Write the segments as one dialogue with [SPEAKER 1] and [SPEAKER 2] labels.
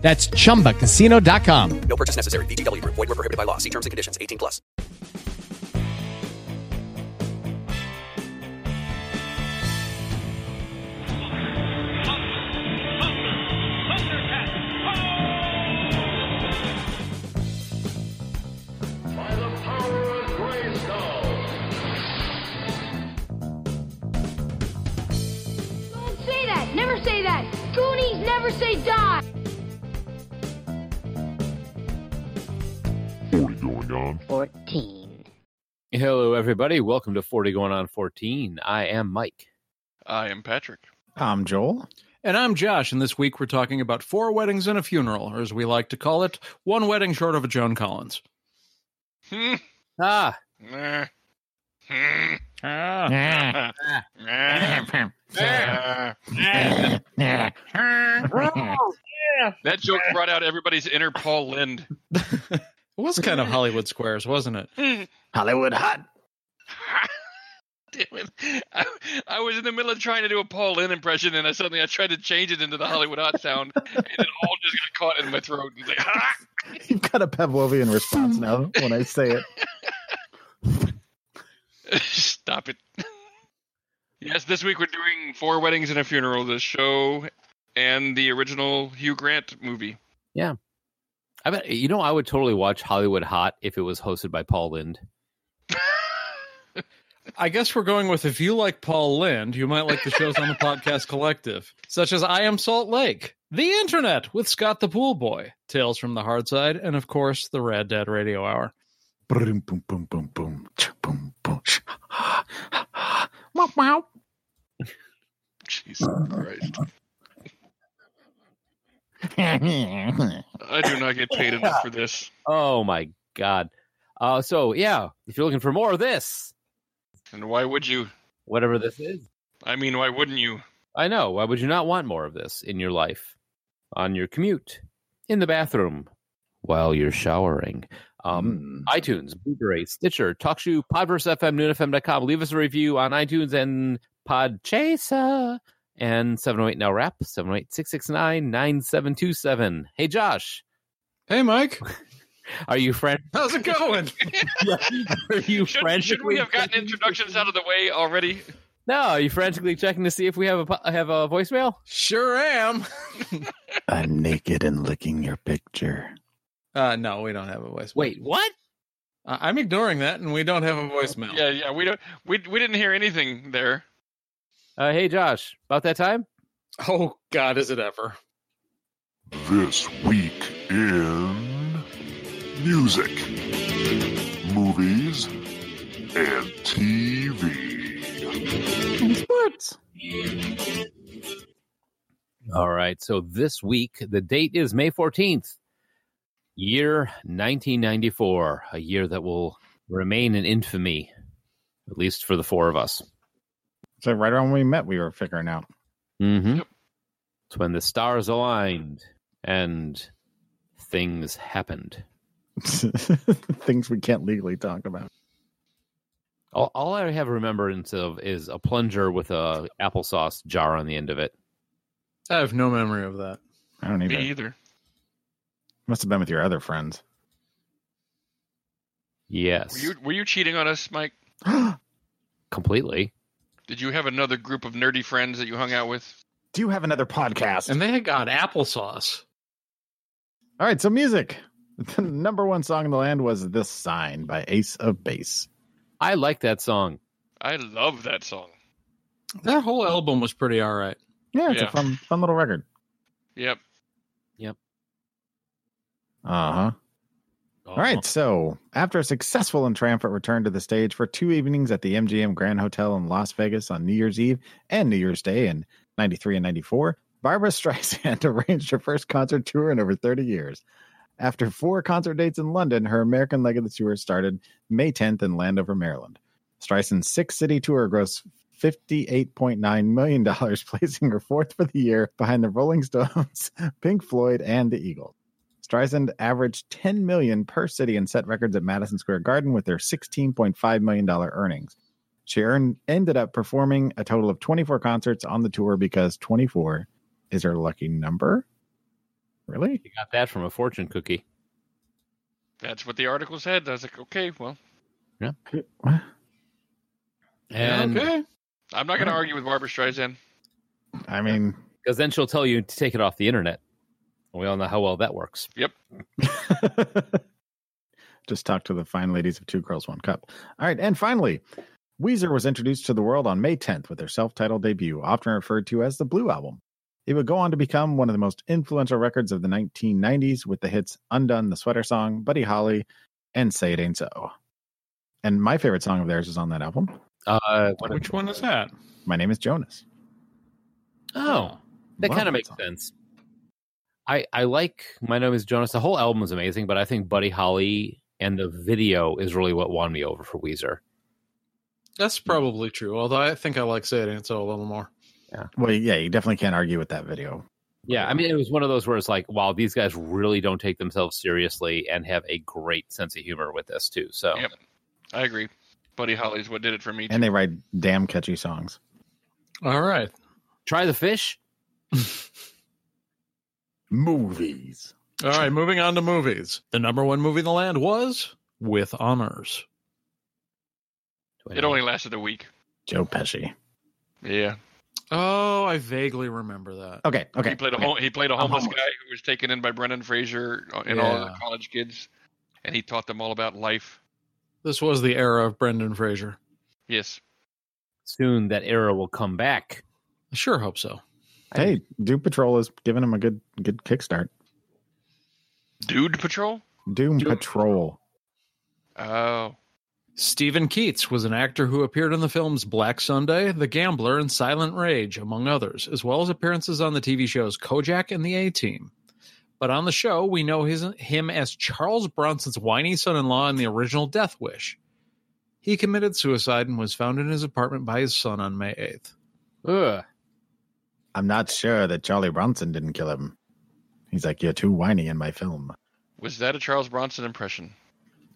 [SPEAKER 1] That's chumbacasino.com.
[SPEAKER 2] No purchase necessary. VGW Group. Void were prohibited by law. See terms and conditions. 18 plus.
[SPEAKER 3] By the power of Grayskull.
[SPEAKER 4] Don't say that! Never say that! Goonies never say die!
[SPEAKER 3] going on?
[SPEAKER 5] 14.
[SPEAKER 6] Hello, everybody. Welcome to 40 Going On 14. I am Mike.
[SPEAKER 7] I am Patrick.
[SPEAKER 8] I'm Joel.
[SPEAKER 9] And I'm Josh, and this week we're talking about four weddings and a funeral, or as we like to call it, one wedding short of a Joan Collins.
[SPEAKER 7] Hmm.
[SPEAKER 6] Ah,
[SPEAKER 7] Nah. Hmm.
[SPEAKER 8] Ah.
[SPEAKER 7] Nah. Nah. That joke brought out everybody's inner Paul Lind.
[SPEAKER 9] It was kind of Hollywood Squares, wasn't it?
[SPEAKER 8] Hollywood hot.
[SPEAKER 7] Damn it. I, I was in the middle of trying to do a Paul Lind impression, and I suddenly I tried to change it into the Hollywood hot sound, and it all just got caught in my throat. And like, ah!
[SPEAKER 8] You've got a Pavlovian response now when I say it.
[SPEAKER 7] Stop it. Yes, this week we're doing Four Weddings and a Funeral, the show and the original Hugh Grant movie.
[SPEAKER 6] I bet you know I would totally watch Hollywood Hot if it was hosted by Paul Lind.
[SPEAKER 9] I guess we're going with if you like Paul Lind, you might like the shows on the podcast collective, such as I Am Salt Lake, The Internet with Scott the Pool Boy, Tales from the Hard Side, and of course, the Rad Dad Radio Hour.
[SPEAKER 8] Boom, boom, boom, boom, boom, ch- boom, boom. ch- Wow, wow.
[SPEAKER 7] Jesus Christ. I do not get paid enough for this.
[SPEAKER 6] Oh my god. Uh, so yeah, if you're looking for more of this,
[SPEAKER 7] And why would you?
[SPEAKER 6] whatever this is,
[SPEAKER 7] I mean, why wouldn't you?
[SPEAKER 6] I know. Why would you not want more of this in your life, on your commute, in the bathroom, while you're showering? Um,
[SPEAKER 8] Um,
[SPEAKER 6] iTunes, Blueberry, Stitcher, TalkShoe, Podverse FM, NoonFM.com. Leave us a review on iTunes and Podchaser and 708 Now Rap, 708 669 9727. Hey, Josh,
[SPEAKER 9] Hey, Mike,
[SPEAKER 6] are you friend?
[SPEAKER 9] how's it going?
[SPEAKER 6] Are you
[SPEAKER 7] Should,
[SPEAKER 6] frantically?
[SPEAKER 7] should we have gotten introductions out of the way already?
[SPEAKER 6] No, are you frantically checking to see if we have a po- have a voicemail?
[SPEAKER 9] sure am.
[SPEAKER 8] I'm naked and licking your picture.
[SPEAKER 9] Uh, no, we don't have a voicemail.
[SPEAKER 6] Wait, what?
[SPEAKER 9] I- I'm ignoring that, and we don't have a voicemail.
[SPEAKER 7] Yeah, yeah. We don't. We we didn't hear anything there.
[SPEAKER 6] Uh, hey, Josh, about that time?
[SPEAKER 9] Oh, God, is it ever?
[SPEAKER 3] This week in music, movies, and TV.
[SPEAKER 6] All right. So this week, the date is May 14th, year 1994, a year that will remain in infamy, at least for the four of us.
[SPEAKER 8] So right around when we met, we were figuring out.
[SPEAKER 6] Mm-hmm. It's when the stars aligned and things happened.
[SPEAKER 8] Things we can't legally talk about.
[SPEAKER 6] All, all I have remembrance of is a plunger with a applesauce jar on the end of it.
[SPEAKER 9] I have no memory of that.
[SPEAKER 8] I don't
[SPEAKER 7] Me
[SPEAKER 8] even.
[SPEAKER 7] either.
[SPEAKER 8] Must have been with your other friends.
[SPEAKER 6] Yes,
[SPEAKER 7] Were you were you cheating on us, Mike?
[SPEAKER 6] completely.
[SPEAKER 7] Did you have another group of nerdy friends that you hung out with?
[SPEAKER 8] Do you have another podcast?
[SPEAKER 9] And they got applesauce.
[SPEAKER 8] All right, so music. The number one song in the land was This Sign by Ace of Base.
[SPEAKER 6] I like that song.
[SPEAKER 7] I love that song.
[SPEAKER 9] That whole album was pretty all right.
[SPEAKER 8] Yeah, it's
[SPEAKER 7] Yeah.
[SPEAKER 8] a fun, fun little record.
[SPEAKER 7] Yep.
[SPEAKER 8] Uh huh. All right. So, after a successful and triumphant return to the stage for two evenings at the MGM Grand Hotel in Las Vegas on New Year's Eve and New Year's Day in 93 and 94, Barbara Streisand arranged her first concert tour in over 30 years. After four concert dates in London, her American leg of the tour started May 10th in Landover, Maryland. Streisand's six city tour grossed $58.9 million, placing her fourth for the year behind the Rolling Stones, Pink Floyd, and the Eagles. Streisand averaged 10 million per city and set records at Madison Square Garden with their 16.5 million dollar earnings. She earned, ended up performing a total of 24 concerts on the tour because 24 is her lucky number. Really?
[SPEAKER 6] You got that from a fortune cookie.
[SPEAKER 7] That's what the article said. I was like, okay, well,
[SPEAKER 6] And because
[SPEAKER 7] okay. I'm not going to argue with Barbara Streisand.
[SPEAKER 8] I mean,
[SPEAKER 6] then she'll tell you to take it off the internet. We all know how well that works.
[SPEAKER 8] just talk to the fine ladies of Two Girls One Cup. All right, and finally, Weezer was introduced to the world on May 10th with their self-titled debut, often referred to as the Blue Album. It would go on to become one of the most influential records of the 1990s with the hits Undone, the Sweater Song, Buddy Holly, and Say It Ain't So. And my favorite song of theirs is on that album.
[SPEAKER 6] Uh, what-
[SPEAKER 9] Which one is that?
[SPEAKER 8] My name is Jonas.
[SPEAKER 6] oh, that
[SPEAKER 8] Love
[SPEAKER 6] kind of makes
[SPEAKER 8] song.
[SPEAKER 6] sense. I I like my name is Jonas. The whole album is amazing, but I think Buddy Holly and the video is really what won me over for Weezer.
[SPEAKER 9] That's probably true. Although I think I like Say It Ain't So a little more.
[SPEAKER 8] Well, yeah, you definitely can't argue with that video.
[SPEAKER 6] Yeah, I mean, it was one of those where it's like, wow, these guys really don't take themselves seriously and have a great sense of humor with this too. So
[SPEAKER 7] Yep. I agree. Buddy Holly's what did it for me.
[SPEAKER 8] And they write damn catchy songs.
[SPEAKER 9] All right.
[SPEAKER 6] try the fish.
[SPEAKER 8] Movies.
[SPEAKER 9] All right. Moving on to movies. The number one movie in the land was With Honors.
[SPEAKER 7] It only lasted a week.
[SPEAKER 8] Joe Pesci.
[SPEAKER 7] Yeah.
[SPEAKER 9] Oh, I vaguely remember that.
[SPEAKER 8] Okay, okay.
[SPEAKER 7] He played a
[SPEAKER 8] okay.
[SPEAKER 7] home, he played a
[SPEAKER 8] I'm
[SPEAKER 7] homeless,
[SPEAKER 8] homeless.
[SPEAKER 7] guy who was taken in by Brendan Fraser uh, and all the
[SPEAKER 9] Yeah.
[SPEAKER 7] college kids, and he taught them all about life.
[SPEAKER 9] This was the era of Brendan Fraser.
[SPEAKER 7] Yes.
[SPEAKER 6] soon that era will come back.
[SPEAKER 9] I sure hope so.
[SPEAKER 8] Hey, Doom Patrol is giving him a good good kickstart.
[SPEAKER 7] Dude Patrol?
[SPEAKER 8] Doom,
[SPEAKER 9] Doom
[SPEAKER 8] Patrol.
[SPEAKER 7] Oh.
[SPEAKER 9] Stephen Keats was an actor who appeared in the films Black Sunday, The Gambler, and Silent Rage, among others, as well as appearances on the TV shows Kojak and The A Team. But on the show, we know his, him as Charles Bronson's whiny son in law in the original Death Wish. He committed suicide and was found in his apartment by his son on May 8th.
[SPEAKER 6] Ugh.
[SPEAKER 8] I'm not sure that Charlie Bronson didn't kill him. He's like, you're too whiny in my film.
[SPEAKER 7] Was that a Charles Bronson impression?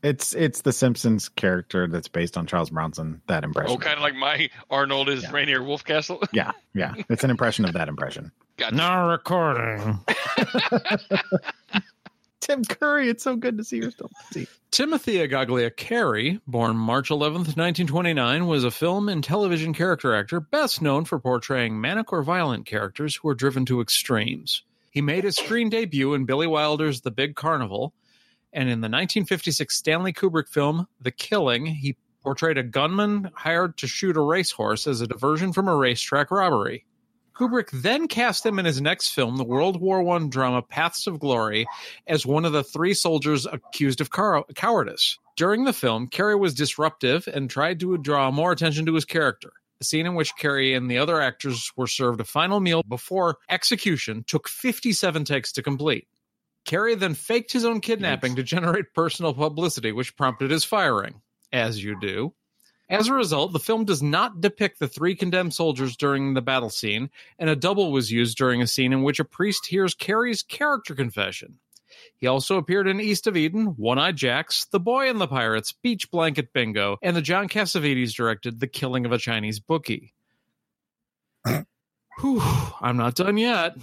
[SPEAKER 8] It's it's the Simpsons character that's based on Charles Bronson. That impression.
[SPEAKER 7] Oh, kind of like my Arnold is Rainier Wolfcastle.
[SPEAKER 8] Yeah, yeah. It's an impression of that impression.
[SPEAKER 7] Gotcha.
[SPEAKER 9] Now recording.
[SPEAKER 8] Tim Curry, it's so good to see you're still busy.
[SPEAKER 9] Timothea Agaglia Carey, born March 11th, 1929, was a film and television character actor best known for portraying manic or violent characters who are driven to extremes. He made his screen debut in Billy Wilder's The Big Carnival, and in the 1956 Stanley Kubrick film The Killing, he portrayed a gunman hired to shoot a racehorse as a diversion from a racetrack robbery. Kubrick then cast him in his next film, the World War I drama Paths of Glory, as one of the three soldiers accused of cow- cowardice. During the film, Carey was disruptive and tried to draw more attention to his character. The scene in which Carey and the other actors were served a final meal before execution took 57 takes to complete. Carey then faked his own kidnapping to generate personal publicity, which prompted his firing, as you do. As a result, the film does not depict the three condemned soldiers during the battle scene, and a double was used during a scene in which a priest hears Carey's character confession. He also appeared in East of Eden, One Eye Jacks, The Boy and the Pirates, Beach Blanket Bingo, and the John Cassavetes directed The Killing of a Chinese Bookie. Whew, I'm not done yet.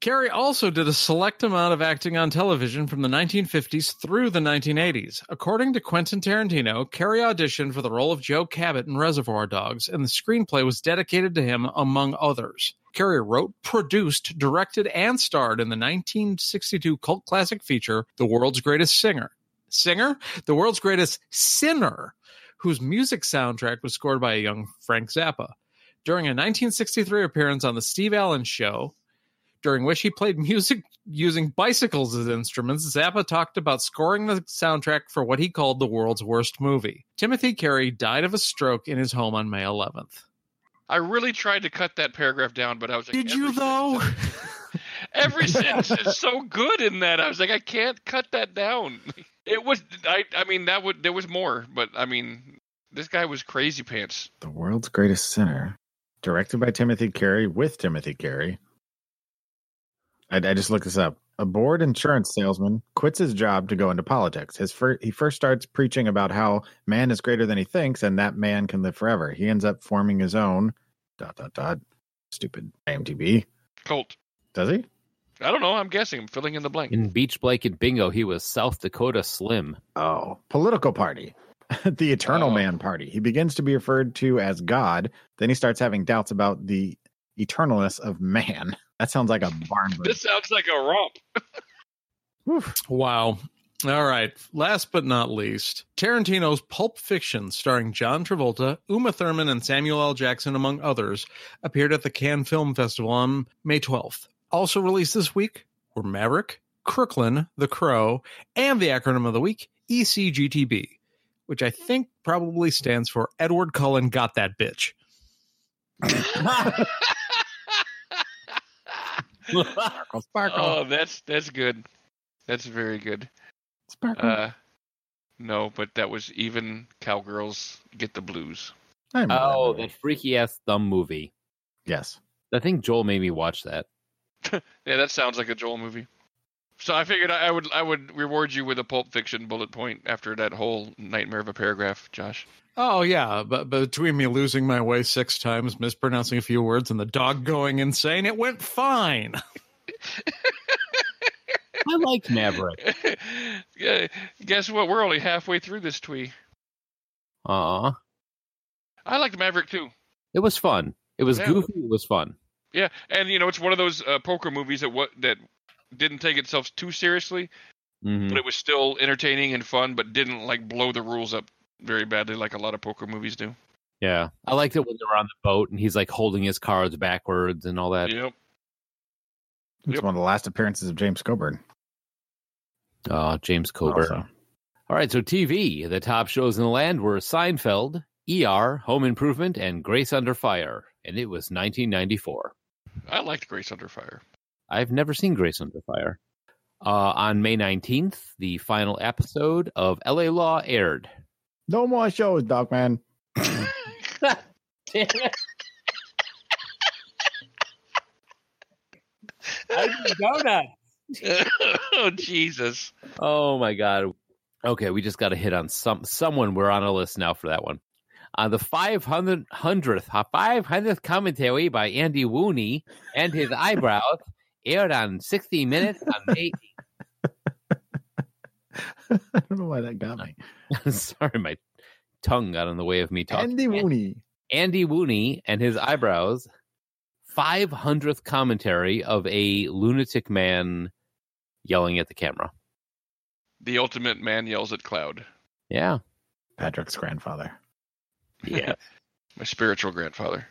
[SPEAKER 9] Carey also did a select amount of acting on television from the 1950s through the 1980s. According to Quentin Tarantino, Carey auditioned for the role of Joe Cabot in Reservoir Dogs, and the screenplay was dedicated to him, among others. Carey wrote, produced, directed, and starred in the 1962 cult classic feature, The World's Greatest Singer. Singer? The World's Greatest Sinner, whose music soundtrack was scored by a young Frank Zappa. During a 1963 appearance on The Steve Allen Show, during which he played music using bicycles as instruments, Zappa talked about scoring the soundtrack for what he called the world's worst movie. Timothy Carey died of a stroke in his home on May 11th.
[SPEAKER 7] I really tried to cut that paragraph down, but I was like, every- Every sentence is so good in that. I was like, I can't cut that down. It was. I. I mean, that would. There was more, but I mean, this guy was crazy pants.
[SPEAKER 8] The World's Greatest Sinner, directed by Timothy Carey with Timothy Carey. I, I just looked this up. A bored insurance salesman quits his job to go into politics. His fir- he first starts preaching about how man is greater than he thinks and that man can live forever. He ends up forming his own dot dot dot stupid IMDb.
[SPEAKER 7] Colt.
[SPEAKER 8] Does he?
[SPEAKER 7] I don't know. I'm guessing. I'm filling in the blank.
[SPEAKER 6] In Beach Blanket Bingo, he was South Dakota Slim.
[SPEAKER 8] Oh, political party. the Eternal
[SPEAKER 7] Oh.
[SPEAKER 8] Man Party. He begins to be referred to as God. Then he starts having doubts about the eternalness of man. That sounds like a barn burner.
[SPEAKER 7] This sounds like a romp.
[SPEAKER 8] Oof.
[SPEAKER 9] Wow. All right. Last but not least, Tarantino's Pulp Fiction, starring John Travolta, Uma Thurman, and Samuel L. Jackson, among others, appeared at the Cannes Film Festival on May 12th. Also released this week were Maverick, Crooklyn, The Crow, and the acronym of the week, E ECGTB, which I think probably stands for Edward Cullen Got That Bitch.
[SPEAKER 8] Sparkle, sparkle,
[SPEAKER 7] Oh, that's that's good. That's very good.
[SPEAKER 8] sparkle.
[SPEAKER 7] Uh, no, but that was even cowgirls get the blues.
[SPEAKER 8] I remember
[SPEAKER 6] Oh,
[SPEAKER 8] movie.
[SPEAKER 6] that freaky ass thumb movie.
[SPEAKER 8] yes.
[SPEAKER 6] I think Joel made me watch that.
[SPEAKER 7] Yeah, that sounds like a Joel movie. So I figured I I would I would reward you with a Pulp Fiction bullet point after that whole nightmare of a paragraph, Josh.
[SPEAKER 9] Oh yeah, but, but between me losing my way six times, mispronouncing a few words, and the dog going insane, it went fine.
[SPEAKER 6] I like Maverick.
[SPEAKER 7] Yeah, Guess what? We're only halfway through this twee.
[SPEAKER 6] Aw.
[SPEAKER 7] I liked Maverick too.
[SPEAKER 6] It was fun. It was
[SPEAKER 7] Yeah.
[SPEAKER 6] goofy. It was fun.
[SPEAKER 7] Yeah, and you know it's one of those uh, poker movies that what that didn't take itself too seriously,
[SPEAKER 6] Mhm.
[SPEAKER 7] but it was still entertaining and fun, but didn't like blow the rules up very badly like a lot of poker movies do.
[SPEAKER 6] Yeah. I liked it when they were on the boat and he's like holding his cards backwards and all that.
[SPEAKER 7] Yep.
[SPEAKER 8] It's
[SPEAKER 7] Yep.
[SPEAKER 8] one of the last appearances of James Coburn.
[SPEAKER 6] Oh, James Coburn.
[SPEAKER 8] Also.
[SPEAKER 6] All right, so TV. The top shows in the land were Seinfeld, ER, Home Improvement, and Grace Under Fire. And it was 1994.
[SPEAKER 7] I liked Grace Under Fire.
[SPEAKER 6] I've never seen Grace Under Fire. Uh, on May 19th, the final episode of LA Law aired.
[SPEAKER 8] No more shows, Doc Man.
[SPEAKER 7] oh Jesus!
[SPEAKER 6] Oh my god. Okay, we just got to hit on some someone. We're on a list now for that one. On the 500th, 500th commentary by Andy Wooney and his eyebrows aired on 60 Minutes on May
[SPEAKER 8] I don't know why that got me.
[SPEAKER 6] Sorry, my tongue got in the way of me talking.
[SPEAKER 8] Andy Mooney.
[SPEAKER 6] Andy Wooney and his eyebrows. 500th commentary of a lunatic man yelling at the camera.
[SPEAKER 7] The ultimate man yells at cloud.
[SPEAKER 6] Yeah.
[SPEAKER 8] Patrick's grandfather.
[SPEAKER 6] Yeah.
[SPEAKER 7] My spiritual grandfather.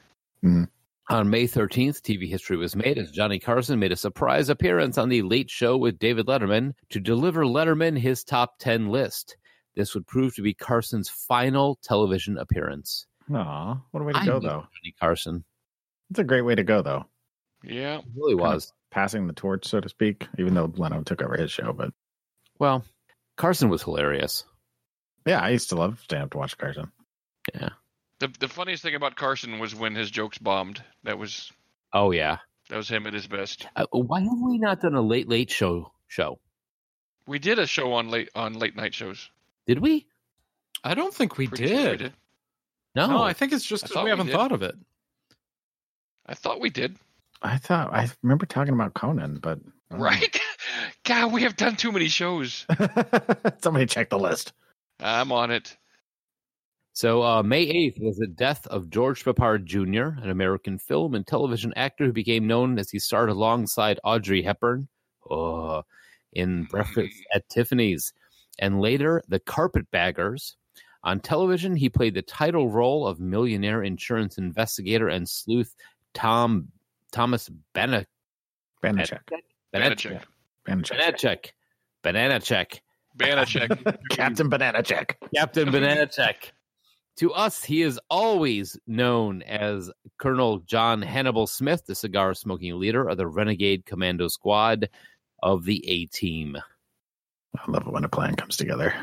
[SPEAKER 6] On May 13th, TV history was made as Johnny Carson made a surprise appearance on The Late Show with David Letterman to deliver Letterman his top 10 list. This would prove to be Carson's final television appearance.
[SPEAKER 8] Aw, what a way to
[SPEAKER 6] I
[SPEAKER 8] go,
[SPEAKER 6] love
[SPEAKER 8] though.
[SPEAKER 6] Johnny Carson
[SPEAKER 8] It's a great way to go, though.
[SPEAKER 7] Yeah.
[SPEAKER 6] It really
[SPEAKER 8] Kind of-
[SPEAKER 6] was.
[SPEAKER 8] Passing the torch, so to speak, even though Leno took over his show. But
[SPEAKER 6] Well, Carson was hilarious.
[SPEAKER 8] yeah, I used to love stand up to watch Carson.
[SPEAKER 7] The the funniest thing about Carson was when his jokes bombed. That was
[SPEAKER 6] Oh, yeah.
[SPEAKER 7] that was him at his best.
[SPEAKER 6] Uh, why have we not done a Late Late Show show?
[SPEAKER 7] We did a show on late on late night shows.
[SPEAKER 6] Did we?
[SPEAKER 9] I don't think we
[SPEAKER 7] Pretty sure
[SPEAKER 9] did.
[SPEAKER 6] No.
[SPEAKER 9] No, I think it's just
[SPEAKER 7] I
[SPEAKER 9] 'cause
[SPEAKER 7] thought
[SPEAKER 9] we
[SPEAKER 7] we
[SPEAKER 9] haven't
[SPEAKER 7] did.
[SPEAKER 9] thought of it.
[SPEAKER 7] I thought we did.
[SPEAKER 8] I thought, I remember talking about Conan, but. um,
[SPEAKER 7] Right? God, we have done too many shows.
[SPEAKER 8] Somebody check the list.
[SPEAKER 7] I'm on it.
[SPEAKER 6] So uh, May 8th was the death of George Papard Jr., an American film and television actor who became known as he starred alongside Audrey Hepburn uh, in Breakfast at Tiffany's and later The Carpetbaggers. On television, he played the title role of millionaire insurance investigator and sleuth Tom Thomas Bene-
[SPEAKER 8] Banachek.
[SPEAKER 7] Banachek.
[SPEAKER 8] Banachek.
[SPEAKER 6] Banachek. Banachek.
[SPEAKER 7] Banachek.
[SPEAKER 8] Captain Banachek.
[SPEAKER 6] Captain Banana Check. To us, he is always known as Colonel John Hannibal Smith, the cigar smoking leader of the Renegade Commando Squad of the A Team.
[SPEAKER 8] I love it when a plan comes together.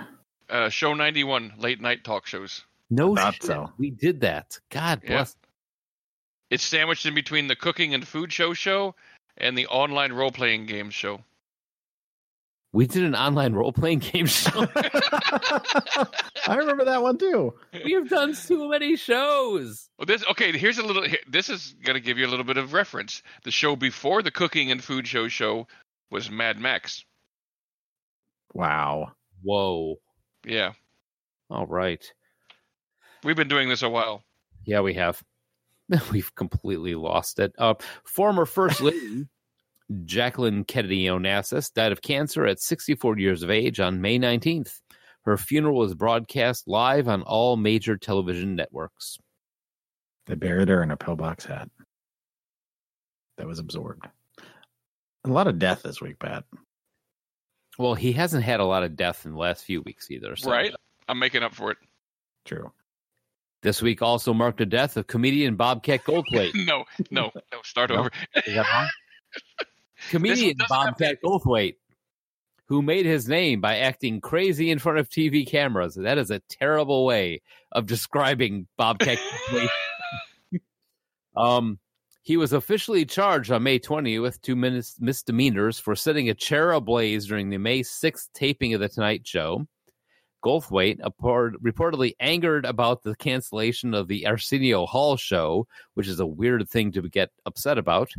[SPEAKER 7] Uh, show 91, late night talk shows.
[SPEAKER 6] No
[SPEAKER 8] Thought
[SPEAKER 6] shit,
[SPEAKER 8] so.
[SPEAKER 6] we did that. God
[SPEAKER 7] Yeah.
[SPEAKER 6] bless.
[SPEAKER 7] It's sandwiched in between the cooking and food show show and the online role playing game show.
[SPEAKER 6] We did an online role playing game show.
[SPEAKER 8] I remember that one too.
[SPEAKER 6] We've done so many shows.
[SPEAKER 7] Well, this okay. Here's a little. here- This is gonna give you a little bit of reference. The show before the cooking and food show show was Mad Max.
[SPEAKER 8] Wow.
[SPEAKER 6] Whoa.
[SPEAKER 7] Yeah,
[SPEAKER 6] All right.
[SPEAKER 7] we've been doing this a while.
[SPEAKER 6] Yeah, we have. We've completely lost it. Uh, former First Lady Jacqueline Kennedy Onassis died of cancer at 64 years of age on May 19th. Her funeral was broadcast live on all major television networks.
[SPEAKER 8] They buried her in a pillbox hat that was absorbed. A lot of death this week, Pat.
[SPEAKER 6] Well, he hasn't had a lot of death in the last few weeks either. So.
[SPEAKER 7] Right? I'm making up for it.
[SPEAKER 8] True.
[SPEAKER 6] This week also marked the death of comedian Bobcat Goldthwait.
[SPEAKER 7] No, no, no. Start
[SPEAKER 6] No.
[SPEAKER 7] over.
[SPEAKER 6] Is that wrong? comedian
[SPEAKER 7] doesn't have
[SPEAKER 6] Bobcat Goldthwait, who made his name by acting crazy in front of TV cameras. That is a terrible way of describing Bobcat Goldthwait. um, he was officially charged on May 20 with two mis- misdemeanors for setting a chair ablaze during the May 6th taping of The Tonight Show. Goldthwait appar- reportedly angered about the cancellation of the Arsenio Hall show, which is a weird thing to get upset about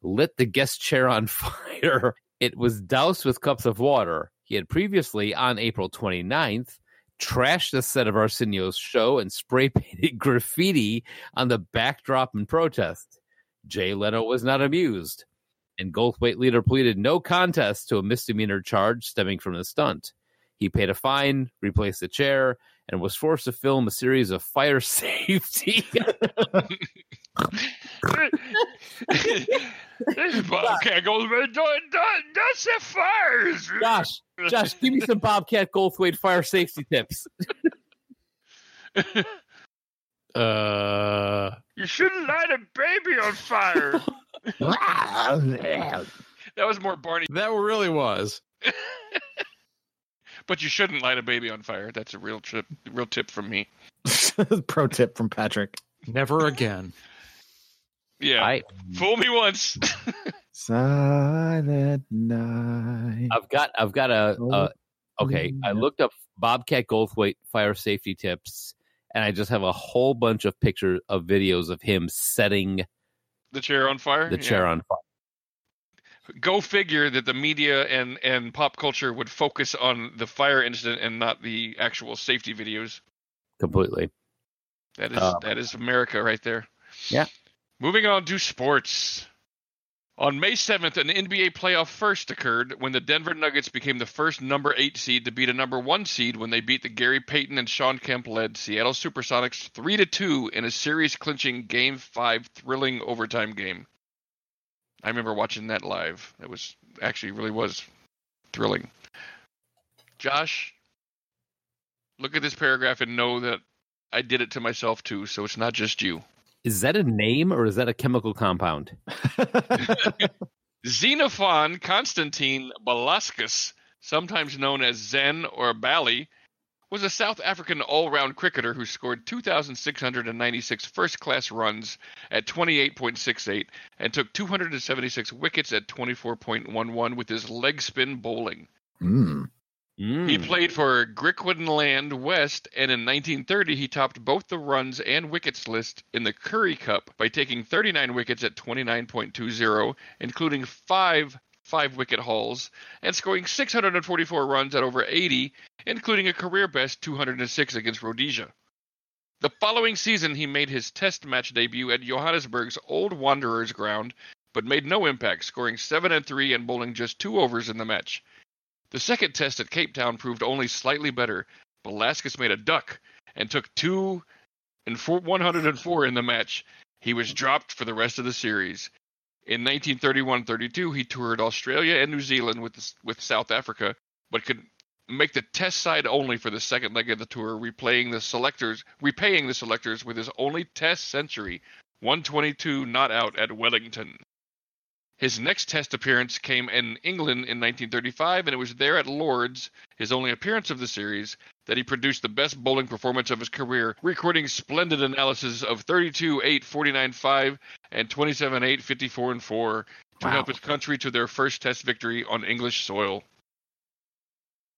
[SPEAKER 6] lit the guest chair on fire. It was doused with cups of water. He had previously, on April 29th, trashed the set of Arsenio's show and spray painted graffiti on the backdrop in protest. Jay Leno was not amused, and Goldthwait leader pleaded no contest to a misdemeanor charge stemming from the stunt. He paid a fine, replaced the chair, and was forced to film a series of fire safety
[SPEAKER 7] this Bobcat goes that's the fires.
[SPEAKER 6] Josh, Josh, give me some Bobcat Goldthwait fire safety tips.
[SPEAKER 9] Uh,
[SPEAKER 7] You shouldn't light a baby on fire. that was more Barney.
[SPEAKER 9] that really was.
[SPEAKER 7] But you shouldn't light a baby on fire. That's a real trip. Real tip from me.
[SPEAKER 8] Pro tip from Patrick.
[SPEAKER 9] Never again.
[SPEAKER 7] Yeah,
[SPEAKER 6] I,
[SPEAKER 7] fool me once.
[SPEAKER 8] Silent night.
[SPEAKER 6] I've got, I've got a, a.
[SPEAKER 8] Oh,
[SPEAKER 6] Okay, I
[SPEAKER 8] Mm.
[SPEAKER 6] looked up Bobcat Goldthwait fire safety tips, and I just have a whole bunch of pictures of videos of him setting
[SPEAKER 7] the chair on fire.
[SPEAKER 6] the
[SPEAKER 7] Oh, Yeah.
[SPEAKER 6] chair on fire.
[SPEAKER 7] go figure that the media and and pop culture would focus on the fire incident and not the actual safety videos
[SPEAKER 6] Completely.
[SPEAKER 7] that is
[SPEAKER 6] Um,
[SPEAKER 7] that is america right there
[SPEAKER 6] Yeah.
[SPEAKER 7] moving on to sports on May 7th, an NBA playoff first occurred when the Denver Nuggets became the first number 8 seed to beat a number 1 seed when they beat the Gary Payton and Sean Kemp led Seattle Supersonics 3 to 2 in a series clinching game 5 thrilling overtime game. I remember watching that live. That was actually really was thrilling. Josh, look at this paragraph and know that I did it to myself too, so it's not just you.
[SPEAKER 6] Is that a name or is that a chemical compound?
[SPEAKER 7] Xenophon Constantine Balaskas, sometimes known as Zen or Bali, was a South African all round cricketer who scored 2,696 first class runs at 28.68 and took 276 wickets at 24.11 with his leg spin bowling.
[SPEAKER 8] Mm.
[SPEAKER 7] He
[SPEAKER 6] Mm.
[SPEAKER 7] played for Griquin Land West, and in 1930 he topped both the runs and wickets list in the Curry Cup by taking 39 wickets at 29.20, including five five wicket hauls, and scoring 644 runs at over 80, including a career best 206 against Rhodesia. The following season, he made his test match debut at Johannesburg's Old Wanderers ground, but made no impact, scoring 7 and 3 and bowling just two overs in the match. The second test at Cape Town proved only slightly better. Velasquez made a duck and took two and four, 104 in the match. He was dropped for the rest of the series. In 1931-32, he toured Australia and New Zealand with with South Africa, but could make the test side only for the second leg of the tour, replaying the selectors, repaying the selectors with his only test century, 122 not out at Wellington. His next test appearance came in England in 1935, and it was there at Lord's, his only appearance of the series, that he produced the best bowling performance of his career, recording splendid analysis of 32 8, 49 5, and 27 8, 54 and 4 to help his country to their first test victory on English soil.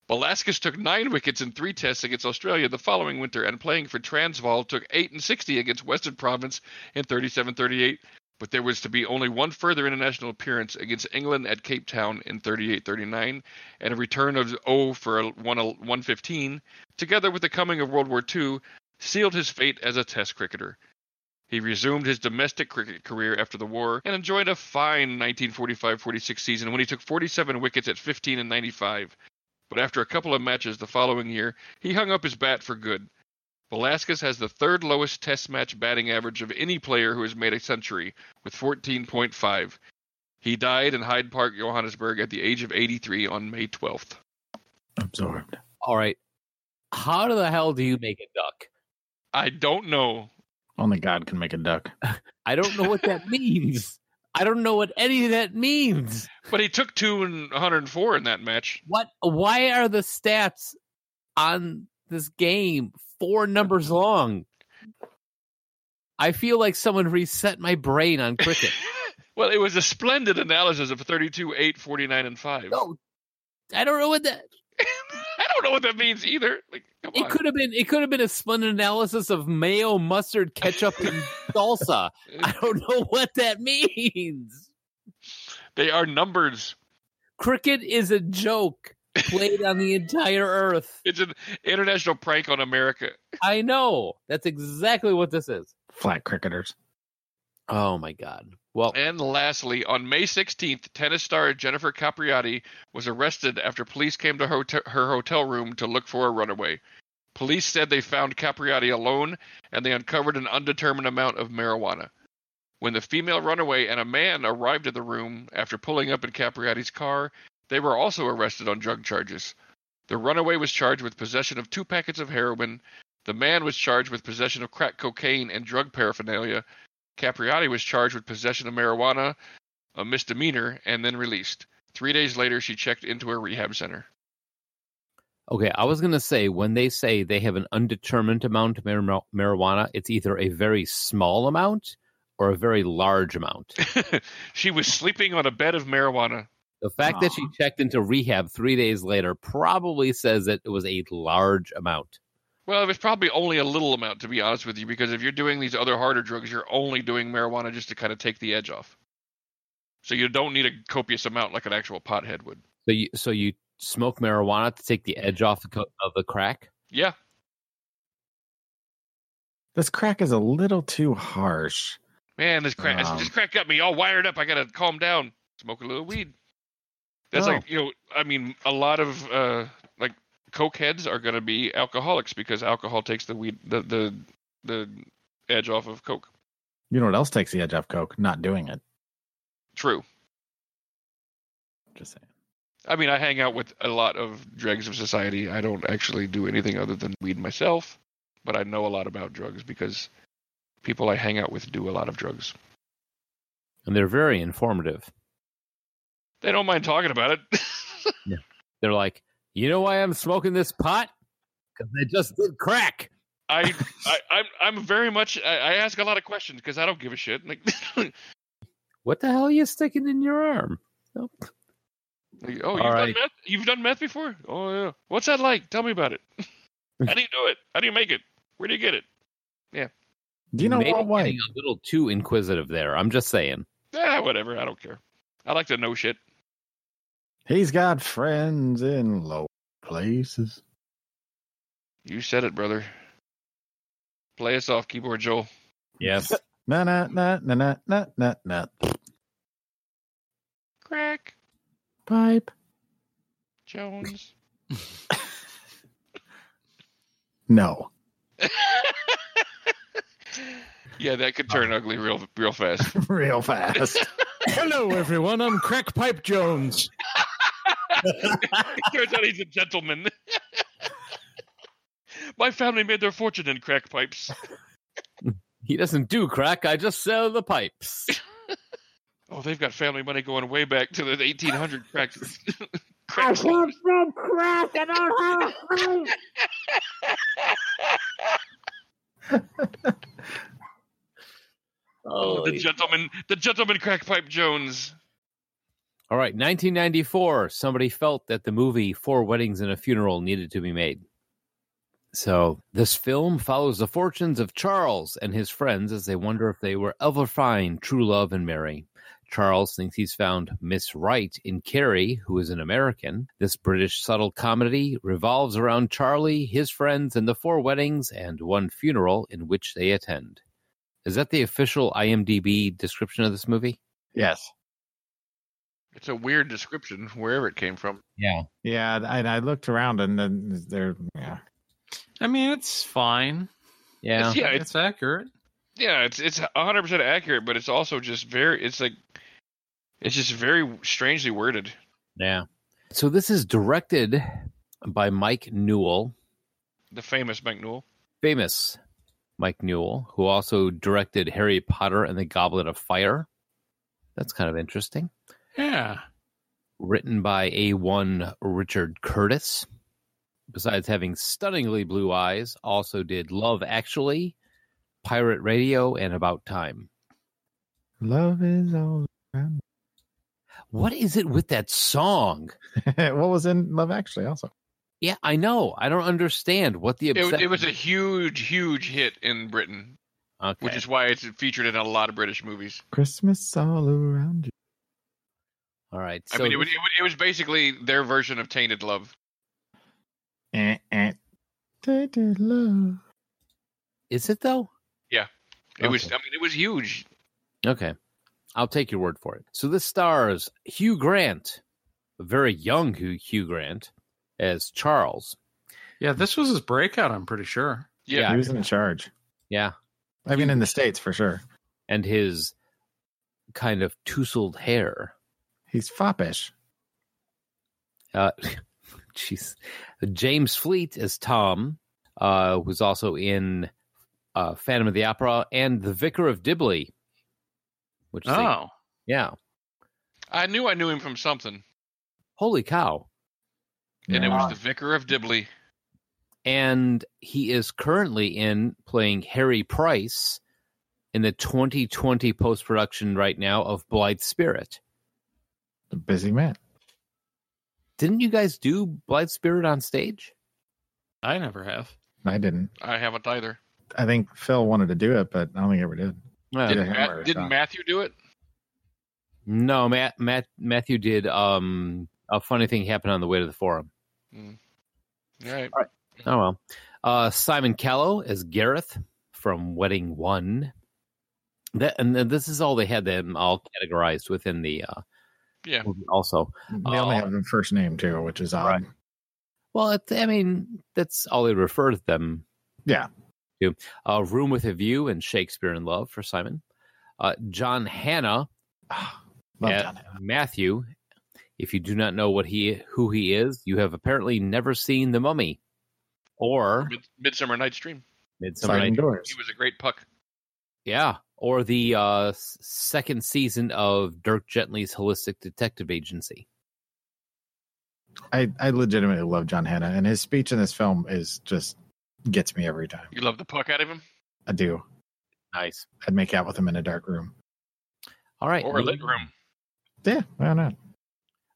[SPEAKER 7] Velasquez took nine wickets in three tests against Australia the following winter, and playing for Transvaal took eight and sixty against Western Province in 37-38. But there was to be only one further international appearance against England at Cape Town in 38-39, and a return of 0 for a 1 115, together with the coming of World War II, sealed his fate as a Test cricketer. He resumed his domestic cricket career after the war and enjoyed a fine 1945-46 season when he took 47 wickets at 15 and 95 but after a couple of matches the following year, he hung up his bat for good. Velasquez has the third lowest test match batting average of any player who has made a century, with 14.5. He died in Hyde Park, Johannesburg, at the age of 83 on May 12th.
[SPEAKER 8] Absorbed.
[SPEAKER 6] All right. How the hell do you make a duck?
[SPEAKER 7] I don't know.
[SPEAKER 8] Only God can make a duck.
[SPEAKER 6] I don't know what that means. I don't know what any of that means.
[SPEAKER 7] But he took two and 104 in that match.
[SPEAKER 6] What? Why are the stats on this game four numbers long? I feel like someone reset my brain on cricket.
[SPEAKER 7] well, it was a splendid analysis of 32, 8, 49, and 5.
[SPEAKER 6] no, I don't know what that.
[SPEAKER 7] I don't know what that means either. Like, come
[SPEAKER 6] It
[SPEAKER 7] on.
[SPEAKER 6] could have been. It could have been a splendid analysis of mayo, mustard, ketchup, and salsa. I don't know what that means.
[SPEAKER 7] They are numbers.
[SPEAKER 6] Cricket is a joke played on the entire earth.
[SPEAKER 7] It's an international prank on America.
[SPEAKER 6] I know. That's exactly what this is.
[SPEAKER 8] Flat cricketers.
[SPEAKER 6] Oh my god. Well,
[SPEAKER 7] And lastly, on May 16th, tennis star Jennifer Capriati was arrested after police came to hotel- her hotel room to look for a runaway. Police said they found Capriati alone and they uncovered an undetermined amount of marijuana. When the female runaway and a man arrived at the room after pulling up in Capriati's car, they were also arrested on drug charges. The runaway was charged with possession of two packets of heroin. The man was charged with possession of crack cocaine and drug paraphernalia. Capriati was charged with possession of marijuana, a misdemeanor, and then released. Three days later, she checked into a rehab center.
[SPEAKER 6] okay. I was gonna say when they say they have an undetermined amount of mar- marijuana, it's either a very small amount or a very large amount.
[SPEAKER 7] she was sleeping on a bed of marijuana.
[SPEAKER 6] The fact that she checked into rehab three days later probably says that it was a large amount.
[SPEAKER 7] Well, it was probably only a little amount, to be honest with you, because if you're doing these other harder drugs, you're only doing marijuana just to kind of take the edge off. So you don't need a copious amount like an actual pothead would.
[SPEAKER 6] So you so you smoke marijuana to take the edge off the co- of the crack.
[SPEAKER 7] Yeah,
[SPEAKER 8] This crack is a little too harsh.
[SPEAKER 7] man, this crack,
[SPEAKER 8] Um.
[SPEAKER 7] this crack got me all wired up. I gotta calm down, smoke a little weed. That's
[SPEAKER 8] No.
[SPEAKER 7] like you know, I mean, a lot of uh, like coke heads are gonna be alcoholics because alcohol takes the weed, the the the edge off of coke.
[SPEAKER 8] You know what else takes the edge off Coke? Not doing it.
[SPEAKER 7] True.
[SPEAKER 8] Just saying.
[SPEAKER 7] I mean, I hang out with a lot of dregs of society. I don't actually do anything other than weed myself, but I know a lot about drugs because people I hang out with do a lot of drugs.
[SPEAKER 6] And they're very informative.
[SPEAKER 7] They don't mind talking about it.
[SPEAKER 6] They're like, you know why I'm smoking this pot? Because I just did crack.
[SPEAKER 7] I, I I'm I'm very much I, I ask a lot of questions because I don't give a shit. Like, like,
[SPEAKER 6] What the hell are you sticking in your arm?
[SPEAKER 7] oh, you've done
[SPEAKER 6] right.
[SPEAKER 7] meth? You've done meth before? Oh yeah. What's that like? Tell me about it. How do you do it? How do you make it? Where do you get it?
[SPEAKER 8] Do you know
[SPEAKER 6] Maybe
[SPEAKER 8] what? White?
[SPEAKER 6] getting a little too inquisitive there. I'm just saying.
[SPEAKER 7] Ah, whatever. I don't care. I like to know shit.
[SPEAKER 8] He's got friends in low places.
[SPEAKER 7] You said it, brother. Play us off, keyboard Joel.
[SPEAKER 6] Yes.
[SPEAKER 8] Na na na na na na na na.
[SPEAKER 7] Crack
[SPEAKER 8] Pipe.
[SPEAKER 7] Jones.
[SPEAKER 8] No.
[SPEAKER 7] yeah, that could turn ugly real real fast.
[SPEAKER 8] Real fast.
[SPEAKER 9] Hello, everyone. I'm Crackpipe Jones.
[SPEAKER 7] Turns out he's a gentleman. My family made their fortune in crack pipes.
[SPEAKER 6] He doesn't do crack. I just sell the pipes.
[SPEAKER 7] Oh, they've got family money going way back to the 1800 crack.
[SPEAKER 5] I
[SPEAKER 7] crack
[SPEAKER 5] can't smoke crack. I don't have a pipe.
[SPEAKER 7] the gentleman, the gentleman crack pipe Jones.
[SPEAKER 6] All right, 1994. Somebody felt that the movie Four Weddings and a Funeral needed to be made. So this film follows the fortunes of Charles and his friends as they wonder if they will ever find true love and marry. Charles thinks he's found Miss Wright in Carrie, who is an American. This British subtle comedy revolves around Charlie, his friends, and the four weddings and one funeral in which they attend. Is that the official IMDb description of this movie?
[SPEAKER 8] Yes.
[SPEAKER 7] It's a weird description, wherever it came from.
[SPEAKER 6] Yeah.
[SPEAKER 8] Yeah, and I looked around and then there. Yeah.
[SPEAKER 9] I mean, it's fine.
[SPEAKER 6] Yeah.
[SPEAKER 7] It's- yeah, it's
[SPEAKER 9] It's accurate.
[SPEAKER 7] yeah, it's it's 100 percent accurate, but it's also just very. It's like, it's just very strangely worded.
[SPEAKER 6] Yeah. So this is directed by Mike Newell,
[SPEAKER 7] The famous Mike Newell.
[SPEAKER 6] famous Mike Newell, who also directed Harry Potter and the Goblet of Fire. That's kind of interesting.
[SPEAKER 9] Yeah.
[SPEAKER 6] Written by A1 Richard Curtis. Besides having stunningly blue eyes, also did Love Actually, Pirate Radio, and About Time.
[SPEAKER 8] Love is all around.
[SPEAKER 6] What is it with that song?
[SPEAKER 8] what was in Love Actually also?
[SPEAKER 6] Yeah, I know. I don't understand what the
[SPEAKER 7] It,
[SPEAKER 6] obsession.
[SPEAKER 7] it was a huge, huge hit in Britain,
[SPEAKER 6] okay.
[SPEAKER 7] which is why it's featured in a lot of British movies.
[SPEAKER 8] Christmas all around you.
[SPEAKER 6] all right.
[SPEAKER 7] I mean, it, was- it, was- it was basically their version of Tainted Love.
[SPEAKER 8] Eh, eh. Tainted love.
[SPEAKER 6] is it though?
[SPEAKER 7] It was, I
[SPEAKER 6] Okay.
[SPEAKER 7] mean, it was huge.
[SPEAKER 6] Okay. I'll take your word for it. So this stars Hugh Grant, a very young Hugh, Hugh Grant, as Charles.
[SPEAKER 9] Yeah, this was his breakout, I'm pretty sure.
[SPEAKER 7] Yeah,
[SPEAKER 8] He was in charge.
[SPEAKER 6] Yeah.
[SPEAKER 8] I mean, in the States for sure.
[SPEAKER 6] And his kind of tousled hair.
[SPEAKER 8] He's foppish.
[SPEAKER 6] Uh, jeez. James Fleet as Tom, uh, was also in uh, Phantom of the Opera and The Vicar of Dibley. Which is a-
[SPEAKER 7] Ah.
[SPEAKER 9] Oh.
[SPEAKER 6] yeah.
[SPEAKER 7] I knew I knew him from something,
[SPEAKER 6] Holy cow.
[SPEAKER 7] and it
[SPEAKER 8] Yeah.
[SPEAKER 7] was the Vicar of Dibley.
[SPEAKER 6] and he is currently in playing Harry Price in the 2020 post production right now of Blythe Spirit.
[SPEAKER 8] a busy man.
[SPEAKER 6] Didn't you guys do Blythe Spirit on stage?
[SPEAKER 9] I never have.
[SPEAKER 8] I didn't.
[SPEAKER 7] I haven't either.
[SPEAKER 8] I think Phil wanted to do it, but I don't think he ever did.
[SPEAKER 6] Uh,
[SPEAKER 8] Did-
[SPEAKER 7] Didn't,
[SPEAKER 8] yeah,
[SPEAKER 7] Matt-
[SPEAKER 8] or
[SPEAKER 7] didn't
[SPEAKER 8] not.
[SPEAKER 7] Matthew do it?
[SPEAKER 6] no, Matt, Matt Matthew did. Um, a funny thing happened on the way to the forum.
[SPEAKER 7] All right.
[SPEAKER 6] Oh well. Uh, Simon Callow as Gareth from Wedding One. That and then this is all they had them all categorized within the uh,
[SPEAKER 7] Yeah.
[SPEAKER 6] movie also.
[SPEAKER 8] They
[SPEAKER 6] Oh.
[SPEAKER 8] only have the first name too, which is odd.
[SPEAKER 6] Well, it, I mean, that's all they refer to them.
[SPEAKER 8] Yeah.
[SPEAKER 6] To uh, Room with a View and Shakespeare in Love for Simon. Uh, John Hanna,
[SPEAKER 8] Love
[SPEAKER 6] Yeah.
[SPEAKER 8] John Hannah.
[SPEAKER 6] Matthew. If you do not know what he who he is, you have apparently never seen The Mummy or
[SPEAKER 7] Mid- Midsummer Night's Dream.
[SPEAKER 6] Midsummer
[SPEAKER 8] Sliding
[SPEAKER 6] Night.
[SPEAKER 8] doors.
[SPEAKER 7] He was a great puck.
[SPEAKER 6] Yeah, or the uh, s- second season of Dirk Gently's Holistic Detective Agency.
[SPEAKER 8] I, I legitimately love John Hannah, and his speech in this film is just gets me every time.
[SPEAKER 7] You love the puck out of him,
[SPEAKER 8] I do.
[SPEAKER 6] Nice.
[SPEAKER 8] I'd make out with him in a dark room.
[SPEAKER 6] All right.
[SPEAKER 7] or a lit room.
[SPEAKER 8] Yeah, why not?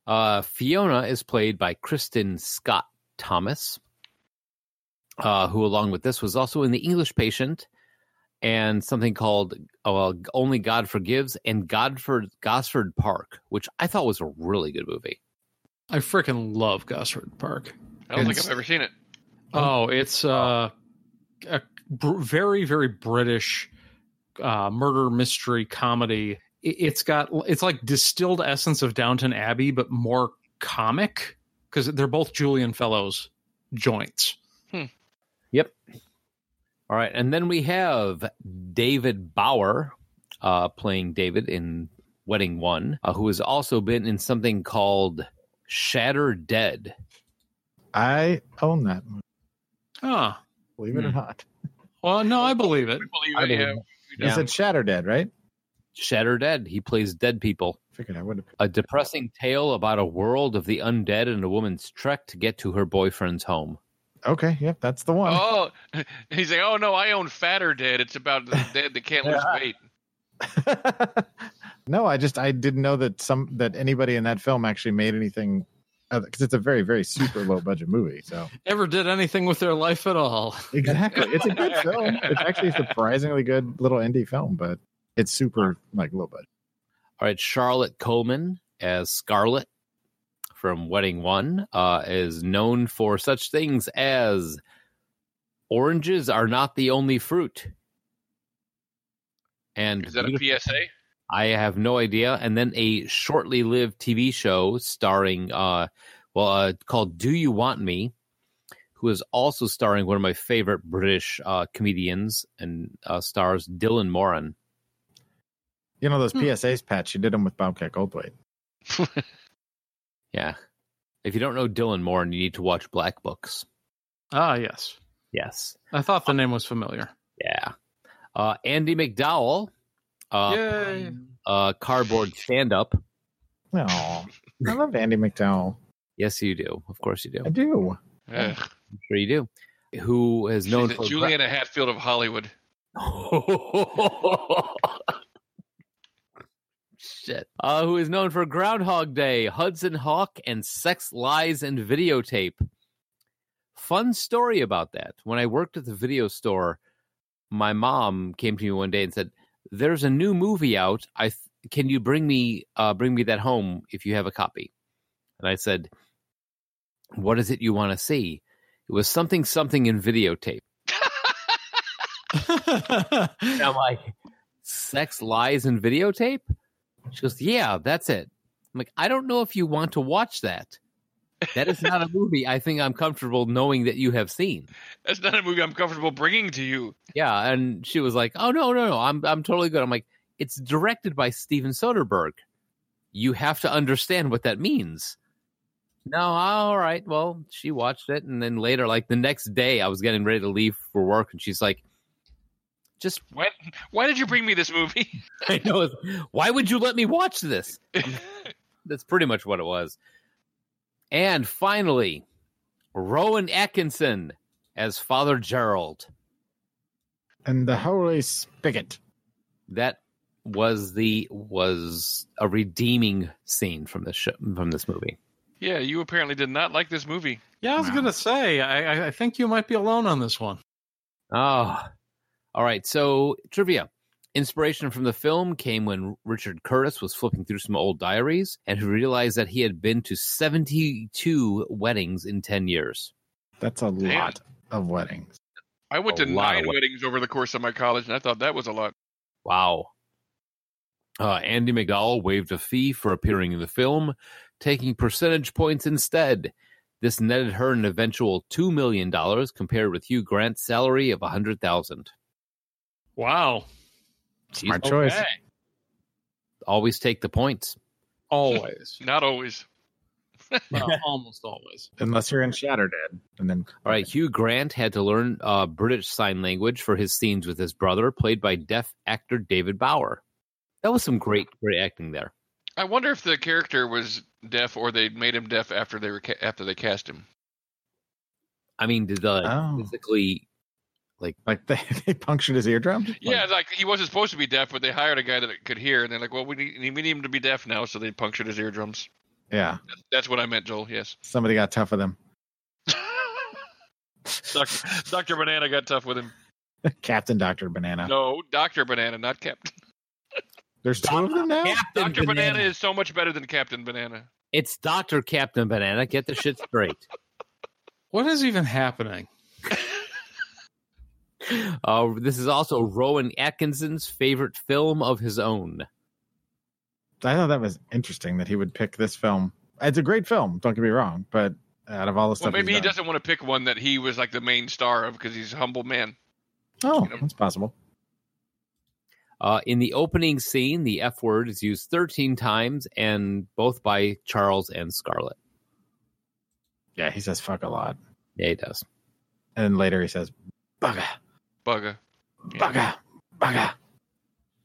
[SPEAKER 6] Uh, Fiona is played by Kristen Scott Thomas, uh, who, along with this, was also in The English Patient and something called oh, well, Only God Forgives and Godford Gosford Park, which I thought was a really good movie.
[SPEAKER 9] I freaking love Gosford Park.
[SPEAKER 7] I don't
[SPEAKER 9] It's-
[SPEAKER 7] think I've ever seen it.
[SPEAKER 9] Oh, it's uh, a br- very, very British uh, murder mystery comedy. I- It's got it's like distilled essence of Downton Abbey, but more comic because they're both Julian Fellows joints.
[SPEAKER 6] All right, and then we have David Bauer uh, playing David in Wedding One, uh, who has also been in something called Shatter Dead.
[SPEAKER 8] I own that movie,
[SPEAKER 9] Huh.
[SPEAKER 8] believe it or
[SPEAKER 6] Hmm.
[SPEAKER 8] not.
[SPEAKER 9] Ah, Well, no, I believe it.
[SPEAKER 7] We believe
[SPEAKER 8] I
[SPEAKER 7] it,
[SPEAKER 8] believe
[SPEAKER 7] yeah.
[SPEAKER 8] it.
[SPEAKER 7] Yeah.
[SPEAKER 8] You said Shatter Dead, right?
[SPEAKER 6] Shatter Dead. He plays dead people.
[SPEAKER 8] Figured I would have.
[SPEAKER 6] A depressing tale about a world of the undead and a woman's trek to get to her boyfriend's home.
[SPEAKER 8] Okay, yep, that's the one.
[SPEAKER 7] Oh, he's like, oh no, I own Fatter Dead. It's about the dead that can't lose weight.
[SPEAKER 8] no, I just I didn't know that some that anybody in that film actually made anything because it's a very very super low budget movie. So
[SPEAKER 9] Ever did anything with their life at all?
[SPEAKER 8] exactly, it's a good film. It's actually a surprisingly good little indie film, but it's super like low budget.
[SPEAKER 6] All right, Charlotte Coleman as Scarlet from Wedding One uh, is known for such things as oranges are not the only fruit. And
[SPEAKER 7] Is that a
[SPEAKER 6] beautiful-
[SPEAKER 7] PSA?
[SPEAKER 6] I have no idea. And then a shortly lived TV show starring, uh, well, uh, called Do You Want Me, who is also starring one of my favorite British uh, comedians and uh, stars Dylan Moran.
[SPEAKER 8] You know those PSAs, Pat? She did them with Bobcat Goldthwait.
[SPEAKER 6] Yeah. If you don't know Dylan Moran, you need to watch Black Books.
[SPEAKER 9] Ah, yes.
[SPEAKER 6] Yes.
[SPEAKER 9] I thought the name was familiar.
[SPEAKER 6] Yeah. Uh, Andy McDowell, uh,
[SPEAKER 9] Yay.
[SPEAKER 6] uh, cardboard stand up.
[SPEAKER 8] No, I love Andy McDowell.
[SPEAKER 6] Yes, you do. Of course you do.
[SPEAKER 8] I
[SPEAKER 6] I'm
[SPEAKER 8] do.
[SPEAKER 7] Ugh.
[SPEAKER 6] sure you do. Who is known
[SPEAKER 7] She's
[SPEAKER 6] for
[SPEAKER 7] the Juliana Hatfield of Hollywood.
[SPEAKER 6] Shit. Uh, who is known for Groundhog Day, Hudson Hawk, and Sex, Lies, and Videotape. Fun story about that. When I worked at the video store, my mom came to me one day and said, "There's a new movie out. I th- can you bring me uh, bring me that home if you have a copy?" And I said, "What is it you want to see?" It was something something in videotape. And I'm like, sex, lies, and videotape? She goes, yeah, that's it. I'm like, I don't know if you want to watch that. That is not a movie I think I'm comfortable knowing that you have seen.
[SPEAKER 7] That's not a movie I'm comfortable bringing to you.
[SPEAKER 6] Yeah. And she was like, oh, no, no, no. I'm, I'm totally good. I'm like, it's directed by Steven Soderbergh. You have to understand what that means. No, all right. Well, she watched it. And then later, like the next day, I was getting ready to leave for work. And she's like, just
[SPEAKER 7] What? Why did you bring me this movie?
[SPEAKER 6] I know. it's- Why would you let me watch this? That's pretty much what it was. And finally, Rowan Atkinson as Father Gerald.
[SPEAKER 8] And the holy spigot.
[SPEAKER 6] That was the was a redeeming scene from this show, from this movie.
[SPEAKER 7] yeah, you apparently did not like this movie.
[SPEAKER 9] Yeah, I was gonna say. I, I- I think you might be alone on this one.
[SPEAKER 6] Ah. All right. So, trivia. Inspiration from the film came when Richard Curtis was flipping through some old diaries and he realized that he had been to 72 weddings in 10 years.
[SPEAKER 8] That's a lot of weddings.
[SPEAKER 7] I went
[SPEAKER 6] A lot
[SPEAKER 7] to
[SPEAKER 6] of
[SPEAKER 7] nine
[SPEAKER 6] wed-
[SPEAKER 7] weddings over the course of my college, and I thought that was a lot.
[SPEAKER 6] Wow. Uh, Andy McDowell waived a fee for appearing in the film, taking percentage points instead. This netted her an eventual $2 million compared with Hugh Grant's salary of 100000
[SPEAKER 9] Wow.
[SPEAKER 8] Smart choice.
[SPEAKER 9] Okay.
[SPEAKER 6] Always take the points.
[SPEAKER 9] Always.
[SPEAKER 7] Not always.
[SPEAKER 9] Well, almost always.
[SPEAKER 8] Unless you're in Shattered Dead, and then
[SPEAKER 6] All right, Hugh Grant had to learn uh, British Sign Language for his scenes with his brother, played by deaf actor David Bauer. That was some great, great acting there.
[SPEAKER 7] I wonder if the character was deaf or they made him deaf after they were ca- after they cast him.
[SPEAKER 6] I mean, did the
[SPEAKER 8] Oh.
[SPEAKER 6] physically
[SPEAKER 8] like they, they punctured his eardrum. Like,
[SPEAKER 7] Yeah, like he wasn't supposed to be deaf, but they hired a guy that could hear, and they're like, "Well, we need we need him to be deaf now," so they punctured his eardrums.
[SPEAKER 8] yeah.
[SPEAKER 7] That's what I meant, Joel. Yes.
[SPEAKER 8] Somebody got tough with him.
[SPEAKER 7] Doctor, Dr. Banana got tough with him.
[SPEAKER 8] Captain Doctor Banana.
[SPEAKER 7] No, Doctor Banana, not Captain.
[SPEAKER 8] There's two of them now.
[SPEAKER 7] Doctor Banana. is so much better than Captain Banana.
[SPEAKER 6] It's Doctor Captain Banana. Get the shit straight.
[SPEAKER 9] What is even happening?
[SPEAKER 6] uh, this is also Rowan Atkinson's favorite film of his own.
[SPEAKER 8] I thought that was interesting that he would pick this film. It's a great film. Don't get me wrong, but out of all the
[SPEAKER 7] Well,
[SPEAKER 8] stuff,
[SPEAKER 7] maybe he
[SPEAKER 8] he's done-
[SPEAKER 7] doesn't want to pick one that he was like the main star of because he's a humble man.
[SPEAKER 8] Oh, that's possible.
[SPEAKER 6] Uh, in the opening scene, the F word is used 13 times, and both by Charles and Scarlett.
[SPEAKER 8] Yeah, he says fuck a lot.
[SPEAKER 6] Yeah, he does.
[SPEAKER 8] And then later he says, bugger,
[SPEAKER 7] Bugger.
[SPEAKER 8] bugger, bugger.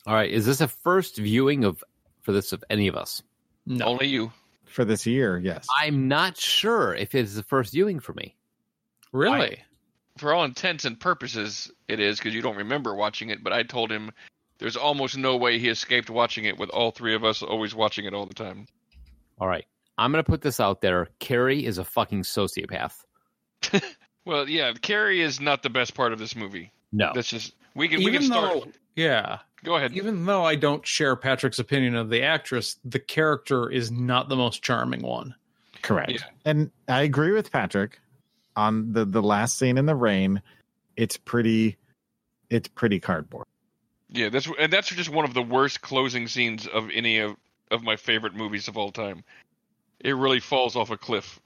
[SPEAKER 6] All right. Is this a first viewing of for this of any of us?
[SPEAKER 9] No.
[SPEAKER 7] Only you.
[SPEAKER 8] For this year, yes.
[SPEAKER 6] I'm not sure if it is the first viewing for me.
[SPEAKER 9] Really?
[SPEAKER 7] For all intents and purposes, it is because you don't remember watching it. But I told him there's almost no way he escaped watching it with all three of us always watching it all the time.
[SPEAKER 6] All right. I'm going to put this out there. Carrie is a fucking sociopath.
[SPEAKER 7] Well, yeah, Carrie is not the best part of this movie.
[SPEAKER 6] No.
[SPEAKER 7] That's just we can we
[SPEAKER 9] Even
[SPEAKER 7] can start.
[SPEAKER 9] though, yeah,
[SPEAKER 7] Go ahead.
[SPEAKER 9] even though I don't share Patrick's opinion of the actress, the character is not the most charming one.
[SPEAKER 8] Correct.
[SPEAKER 7] Yeah.
[SPEAKER 8] And I agree with Patrick on the the last scene in the rain. It's pretty it's pretty cardboard.
[SPEAKER 7] Yeah, that's and that's just one of the worst closing scenes of any of of my favorite movies of all time. It really falls off a cliff.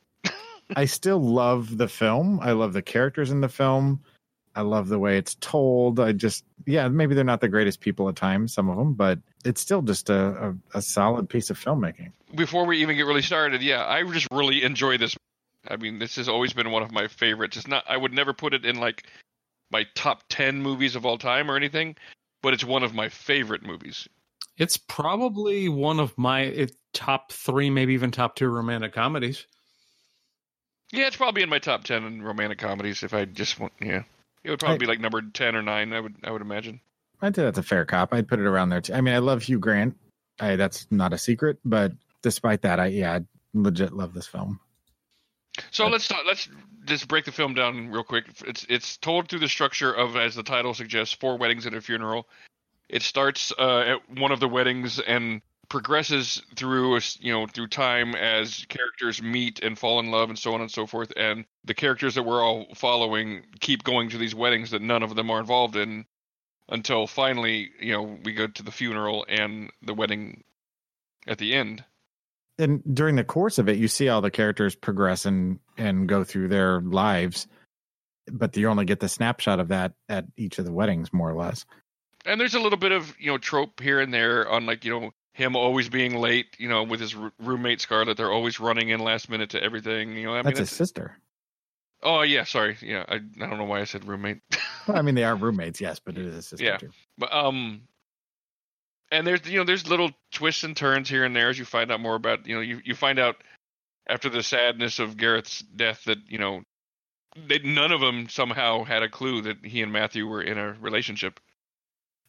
[SPEAKER 8] I still love the film. I love the characters in the film. I love the way it's told. I just yeah, maybe they're not the greatest people at times, some of them, but it's still just a, a, a solid piece of filmmaking.
[SPEAKER 7] Before we even get really started, yeah, I just really enjoy this. I mean, this has always been one of my favorites. It's not I would never put it in like my top 10 movies of all time or anything, but it's one of my favorite movies.
[SPEAKER 9] It's probably one of my it, top three, maybe even top two romantic comedies.
[SPEAKER 7] Yeah, it's probably in my top 10 in romantic comedies if I just want yeah. It would probably
[SPEAKER 8] I-
[SPEAKER 7] be like number 10 or 9, I would I would imagine.
[SPEAKER 8] I'd say that's a fair cop. I'd put it around there too. I mean, I love Hugh Grant. I, that's not a secret, but despite that, I yeah, I legit love this film.
[SPEAKER 7] So let's talk, let's just break the film down real quick. It's it's told through the structure of, as the title suggests, four weddings and a funeral. It starts uh, at one of the weddings and progresses through uh, you know through time as characters meet and fall in love and so on and so forth. And the characters that we're all following keep going to these weddings that none of them are involved in until finally you know we go to the funeral and the wedding at the end.
[SPEAKER 8] and during the course of it you see all the characters progress and and go through their lives but you only get the snapshot of that at each of the weddings more or less
[SPEAKER 7] and there's a little bit of you know trope here and there on like you know him always being late you know with his r- roommate scarlett they're always running in last minute to everything you know i mean
[SPEAKER 8] that's his
[SPEAKER 7] it's-
[SPEAKER 8] sister
[SPEAKER 7] oh yeah sorry yeah I, I don't know why i said roommate
[SPEAKER 8] well, i mean they are roommates yes but it is his sister
[SPEAKER 7] Yeah.
[SPEAKER 8] too
[SPEAKER 7] but um and there's you know there's little twists and turns here and there as you find out more about you know you, you find out after the sadness of garrett's death that you know that none of them somehow had a clue that he and matthew were in a relationship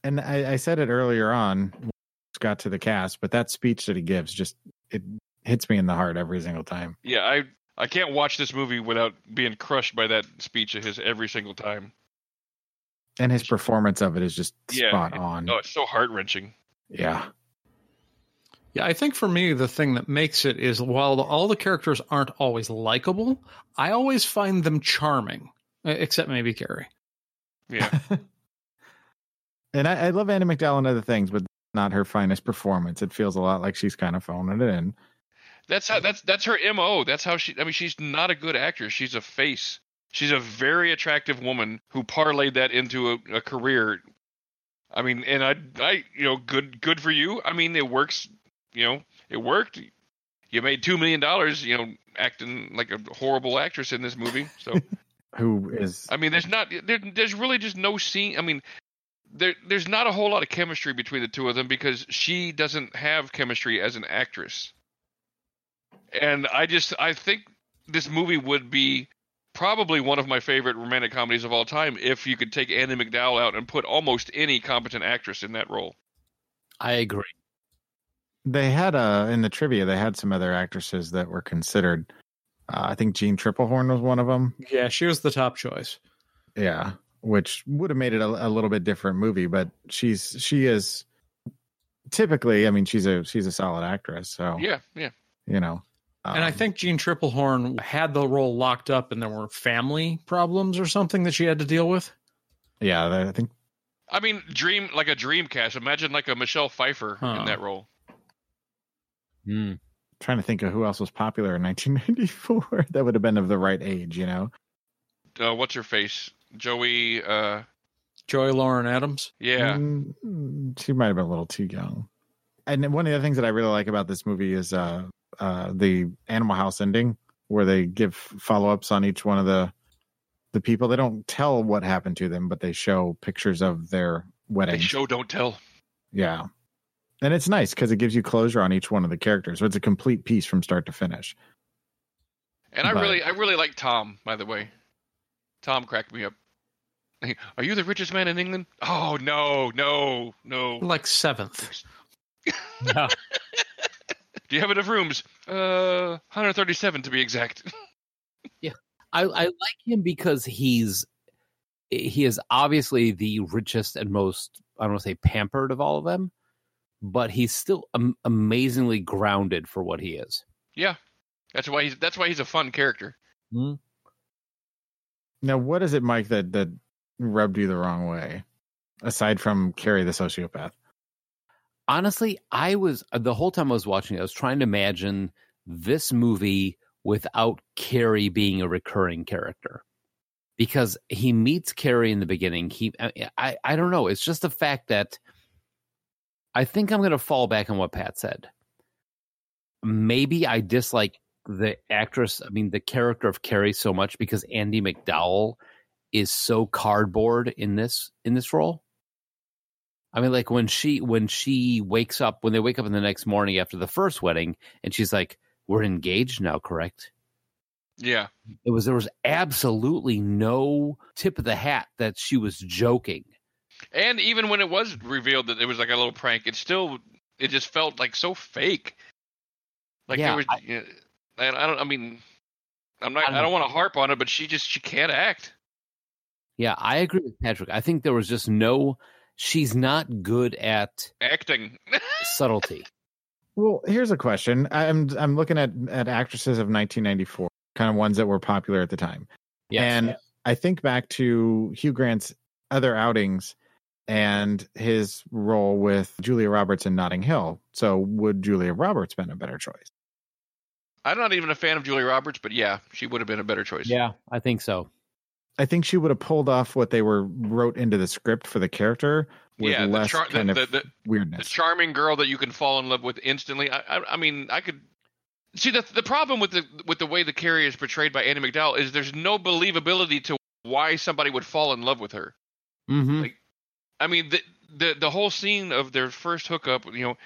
[SPEAKER 8] and I, I said it earlier on when it got to the cast but that speech that he gives just it hits me in the heart every single time
[SPEAKER 7] yeah i i can't watch this movie without being crushed by that speech of his every single time
[SPEAKER 8] and his performance of it is just
[SPEAKER 7] Yeah,
[SPEAKER 8] spot
[SPEAKER 7] it-
[SPEAKER 8] on
[SPEAKER 7] Oh, it's so heart wrenching.
[SPEAKER 8] yeah
[SPEAKER 9] Yeah, I think for me, the thing that makes it is while the, all the characters aren't always likable, I always find them charming, e- except maybe Carrie.
[SPEAKER 7] Yeah.
[SPEAKER 8] and I, I love annie mcdowell and other things but not her finest performance it feels a lot like she's kind of phoning it in
[SPEAKER 7] that's how that's that's her MO. That's how she I mean she's not a good actress. She's a face. She's a very attractive woman who parlayed that into a, a career. I mean, and I I you know, good good for you. I mean, it works, you know, it worked. You made 2 million dollars, you know, acting like a horrible actress in this movie. So
[SPEAKER 8] who is
[SPEAKER 7] I mean, there's not there, there's really just no scene. I mean, there there's not a whole lot of chemistry between the two of them because she doesn't have chemistry as an actress. And I just I think this movie would be probably one of my favorite romantic comedies of all time if you could take Andy McDowell out and put almost any competent actress in that role.
[SPEAKER 6] I agree.
[SPEAKER 8] they had uh in the trivia they had some other actresses that were considered uh, i think jean triplehorn was one of them
[SPEAKER 9] Yeah, she was the top choice.
[SPEAKER 8] yeah which would have made it a, a little bit different movie but she's she is typically i mean she's a she's a solid actress so
[SPEAKER 7] Yeah, yeah.
[SPEAKER 8] you know um,
[SPEAKER 9] and I think Jean Triplehorn had the role locked up, and there were family problems or something that she had to deal with.
[SPEAKER 8] yeah that- i think
[SPEAKER 7] I mean, dream like a dream cast. Imagine like a Michelle Pfeiffer
[SPEAKER 9] Huh.
[SPEAKER 7] in that role.
[SPEAKER 6] Mm.
[SPEAKER 8] trying to think of who else was popular in 1994 that would have been of the right age you know
[SPEAKER 7] Uh, what's her face? Joey uh
[SPEAKER 9] Joy Lauren Adams.
[SPEAKER 7] yeah.
[SPEAKER 8] Mm, she might have been a little too young. And then one of the things that I really like about this movie is uh, uh, the Animal House ending where they give follow ups on each one of the the people. They don't tell what happened to them, but they show pictures of their
[SPEAKER 7] They
[SPEAKER 8] wedding.
[SPEAKER 7] show, don't tell.
[SPEAKER 8] yeah, and it's nice because it gives you closure on each one of the characters. So it's a complete piece from start to finish.
[SPEAKER 7] And I
[SPEAKER 8] But-
[SPEAKER 7] really, I really like Tom. By the way, Tom cracked me up. Are you the richest man in England? Oh no, no, no.
[SPEAKER 9] Like seventh.
[SPEAKER 7] Do you have enough rooms? Uh, 137 to be exact.
[SPEAKER 6] I, I like him because he's he is obviously the richest and most I don't want to say pampered of all of them, but he's still am- amazingly grounded for what he is.
[SPEAKER 7] yeah, that's why he's that's why he's a fun character.
[SPEAKER 8] Now, what is it, Mike, that that rubbed you the wrong way? Aside from Carrie the sociopath,
[SPEAKER 6] Honestly, I was uh, the whole time I was watching it, I was trying to imagine this movie without Carrie being a recurring character. Because he meets Carrie in the beginning. He I I, I don't know, it's just the fact that I think I'm going to fall back on what Pat said. Maybe I dislike the actress, I mean, the character of Carrie so much because Andy McDowell is so cardboard in this in this role. I mean, like when she when she wakes up when they wake up in the next morning after the first wedding, and she's like, "We're engaged now, correct?"
[SPEAKER 7] Yeah,
[SPEAKER 6] It was there was absolutely no tip of the hat that she was joking.
[SPEAKER 7] and even when it was revealed that it was like a little prank, it still it just felt like so fake. Like
[SPEAKER 6] Yeah,
[SPEAKER 7] there was, yeah, and I don't. I mean, I'm not.
[SPEAKER 6] I
[SPEAKER 7] I
[SPEAKER 6] don't
[SPEAKER 7] don't, want to harp on it, but she just she can't act.
[SPEAKER 6] Yeah, I agree with Patrick. I think there was just no. She's not good at
[SPEAKER 7] Acting.
[SPEAKER 6] subtlety.
[SPEAKER 8] Well, here's a question. I'm I'm looking at at actresses of 1994, kind of ones that were popular at the time. and I think back to Hugh Grant's other outings and his role with Julia Roberts in Notting Hill. So would Julia Roberts been a better choice?
[SPEAKER 7] I'm not even a fan of Julie Roberts, but yeah, she would have been a better choice.
[SPEAKER 6] yeah, I think so.
[SPEAKER 8] I think she would have pulled off what they were wrote into the script for the character with
[SPEAKER 7] Yeah, the
[SPEAKER 8] less
[SPEAKER 7] char- the-
[SPEAKER 8] kind
[SPEAKER 7] the-
[SPEAKER 8] of
[SPEAKER 7] the- the
[SPEAKER 8] weirdness.
[SPEAKER 7] charming girl that you can fall in love with instantly. I, I, I mean, I could see the the problem with the with the way the Carrie is portrayed by Annie McDowell is there's no believability to why somebody would fall in love with her.
[SPEAKER 6] Mm-hmm.
[SPEAKER 7] I mean, the the the whole scene of their first hookup, you know,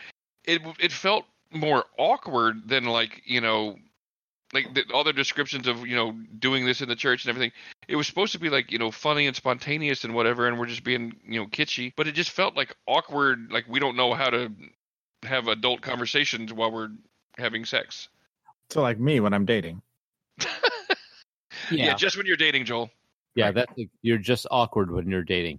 [SPEAKER 7] it it felt more awkward than like you know, like the, all their descriptions of you know doing this in the church and everything. It was supposed to be like you know funny and spontaneous and whatever, and we're just being you know kitschy, but it just felt like awkward. Like we don't know how to have adult conversations while we're having sex.
[SPEAKER 8] so like me when I'm dating.
[SPEAKER 6] Yeah,
[SPEAKER 7] yeah just when you're dating, Joel.
[SPEAKER 6] Yeah, that's like, you're just awkward when you're dating.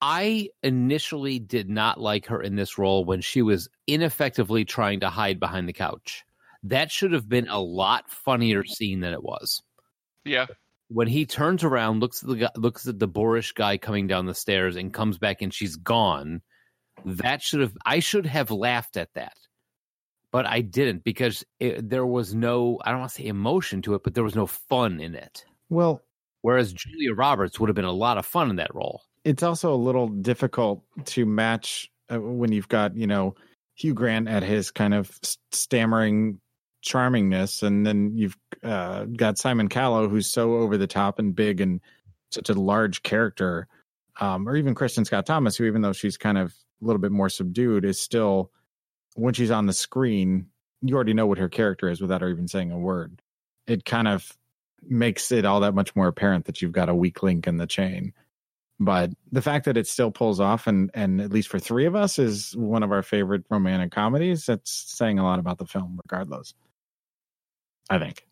[SPEAKER 6] I initially did not like her in this role when she was ineffectively trying to hide behind the couch. That should have been a lot funnier scene than it was.
[SPEAKER 7] Yeah,
[SPEAKER 6] When he turns around, looks at the guy, looks at the boorish guy coming down the stairs, and comes back, and she's gone. That should have I should have laughed at that, but I didn't because it, there was no I don't want to say emotion to it, but there was no fun in it.
[SPEAKER 8] Well,
[SPEAKER 6] Whereas Julia Roberts would have been a lot of fun in that role.
[SPEAKER 8] it's also a little difficult to match uh, when you've got you know Hugh Grant at his kind of s- stammering charmingness, and then you've uh, got Simon Callow who's so over the top and big and such a large character, um, or even Kristen Scott Thomas, who even though she's kind of a little bit more subdued, is still when she's on the screen, you already know what her character is without her even saying a word. It kind of makes it all that much more apparent that you've got a weak link in the chain but the fact that it still pulls off and and at least for three of us is one of our favorite romantic comedies that's saying a lot about the film regardless i think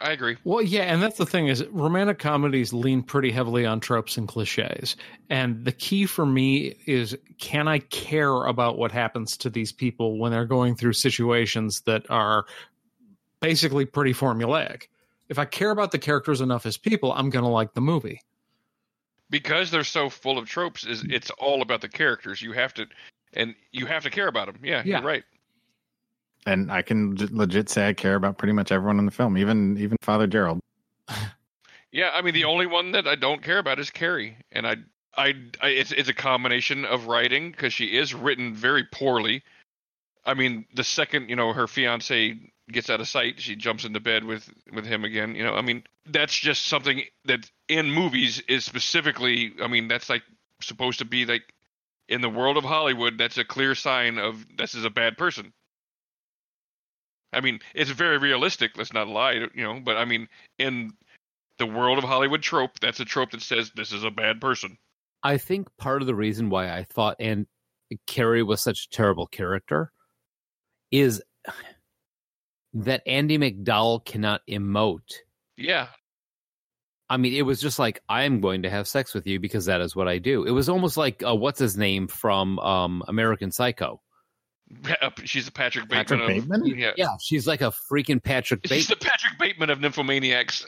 [SPEAKER 7] I agree.
[SPEAKER 9] Well, yeah, and that's the thing is romantic comedies lean pretty heavily on tropes and cliches. And the key for me is can I care about what happens to these people when they're going through situations that are basically pretty formulaic? If I care about the characters enough as people, I'm going to like the movie.
[SPEAKER 7] because they're so full of tropes is it's all about the characters you have to and you have to care about them yeah,
[SPEAKER 9] Yeah.
[SPEAKER 7] you're right
[SPEAKER 8] and i can j- legit say i care about pretty much everyone in the film even even father gerald
[SPEAKER 7] yeah i mean the only one that i don't care about is carrie and i i, I it's, it's a combination of writing because she is written very poorly i mean the second you know her fiance gets out of sight, she jumps into bed with with him again. You know, I mean, that's just something that in movies is specifically. I mean, that's like supposed to be like in the world of Hollywood. That's a clear sign of this is a bad person. I mean, it's very realistic. Let's not lie, you know. But I mean, in the world of Hollywood trope, that's a trope that says this is a bad person.
[SPEAKER 6] I think part of the reason why I thought and Carrie was such a terrible character is that Andy McDowell cannot emote.
[SPEAKER 7] Yeah,
[SPEAKER 6] I mean, it was just like I'm going to have sex with you because that is what I do. It was almost like uh, what's his name from um, American Psycho.
[SPEAKER 7] she's a Patrick
[SPEAKER 8] Patrick
[SPEAKER 7] Bateman. of-
[SPEAKER 8] Bateman?
[SPEAKER 7] Yeah.
[SPEAKER 6] Yeah, she's like a freaking Patrick
[SPEAKER 7] She's
[SPEAKER 6] Bateman.
[SPEAKER 7] the Patrick Bateman of nymphomaniacs.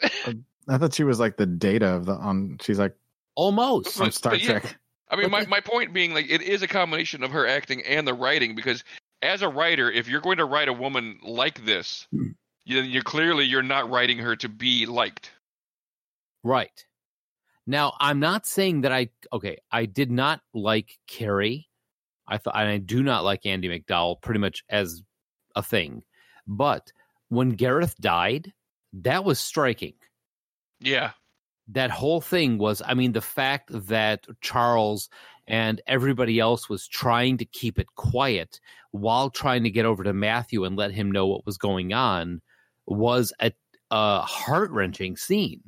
[SPEAKER 8] I thought she was like the data of the on. She's like
[SPEAKER 6] almost.
[SPEAKER 8] on Star
[SPEAKER 7] But yeah.
[SPEAKER 8] Trek.
[SPEAKER 7] I mean, my, my point being, like, it is a combination of her acting and the writing because, as a writer, if you're going to write a woman like this,
[SPEAKER 8] Hmm.
[SPEAKER 7] you, you clearly you're not writing her to be liked.
[SPEAKER 6] Right. Now, I'm not saying that I okay, I did not like Carrie. I thought and I do not like Andy McDowell pretty much as a thing. But when Gareth died, that was striking.
[SPEAKER 7] Yeah,
[SPEAKER 6] That whole thing was I mean the fact that Charles and everybody else was trying to keep it quiet while trying to get over to Matthew and let him know what was going on was a, a heart-wrenching scene.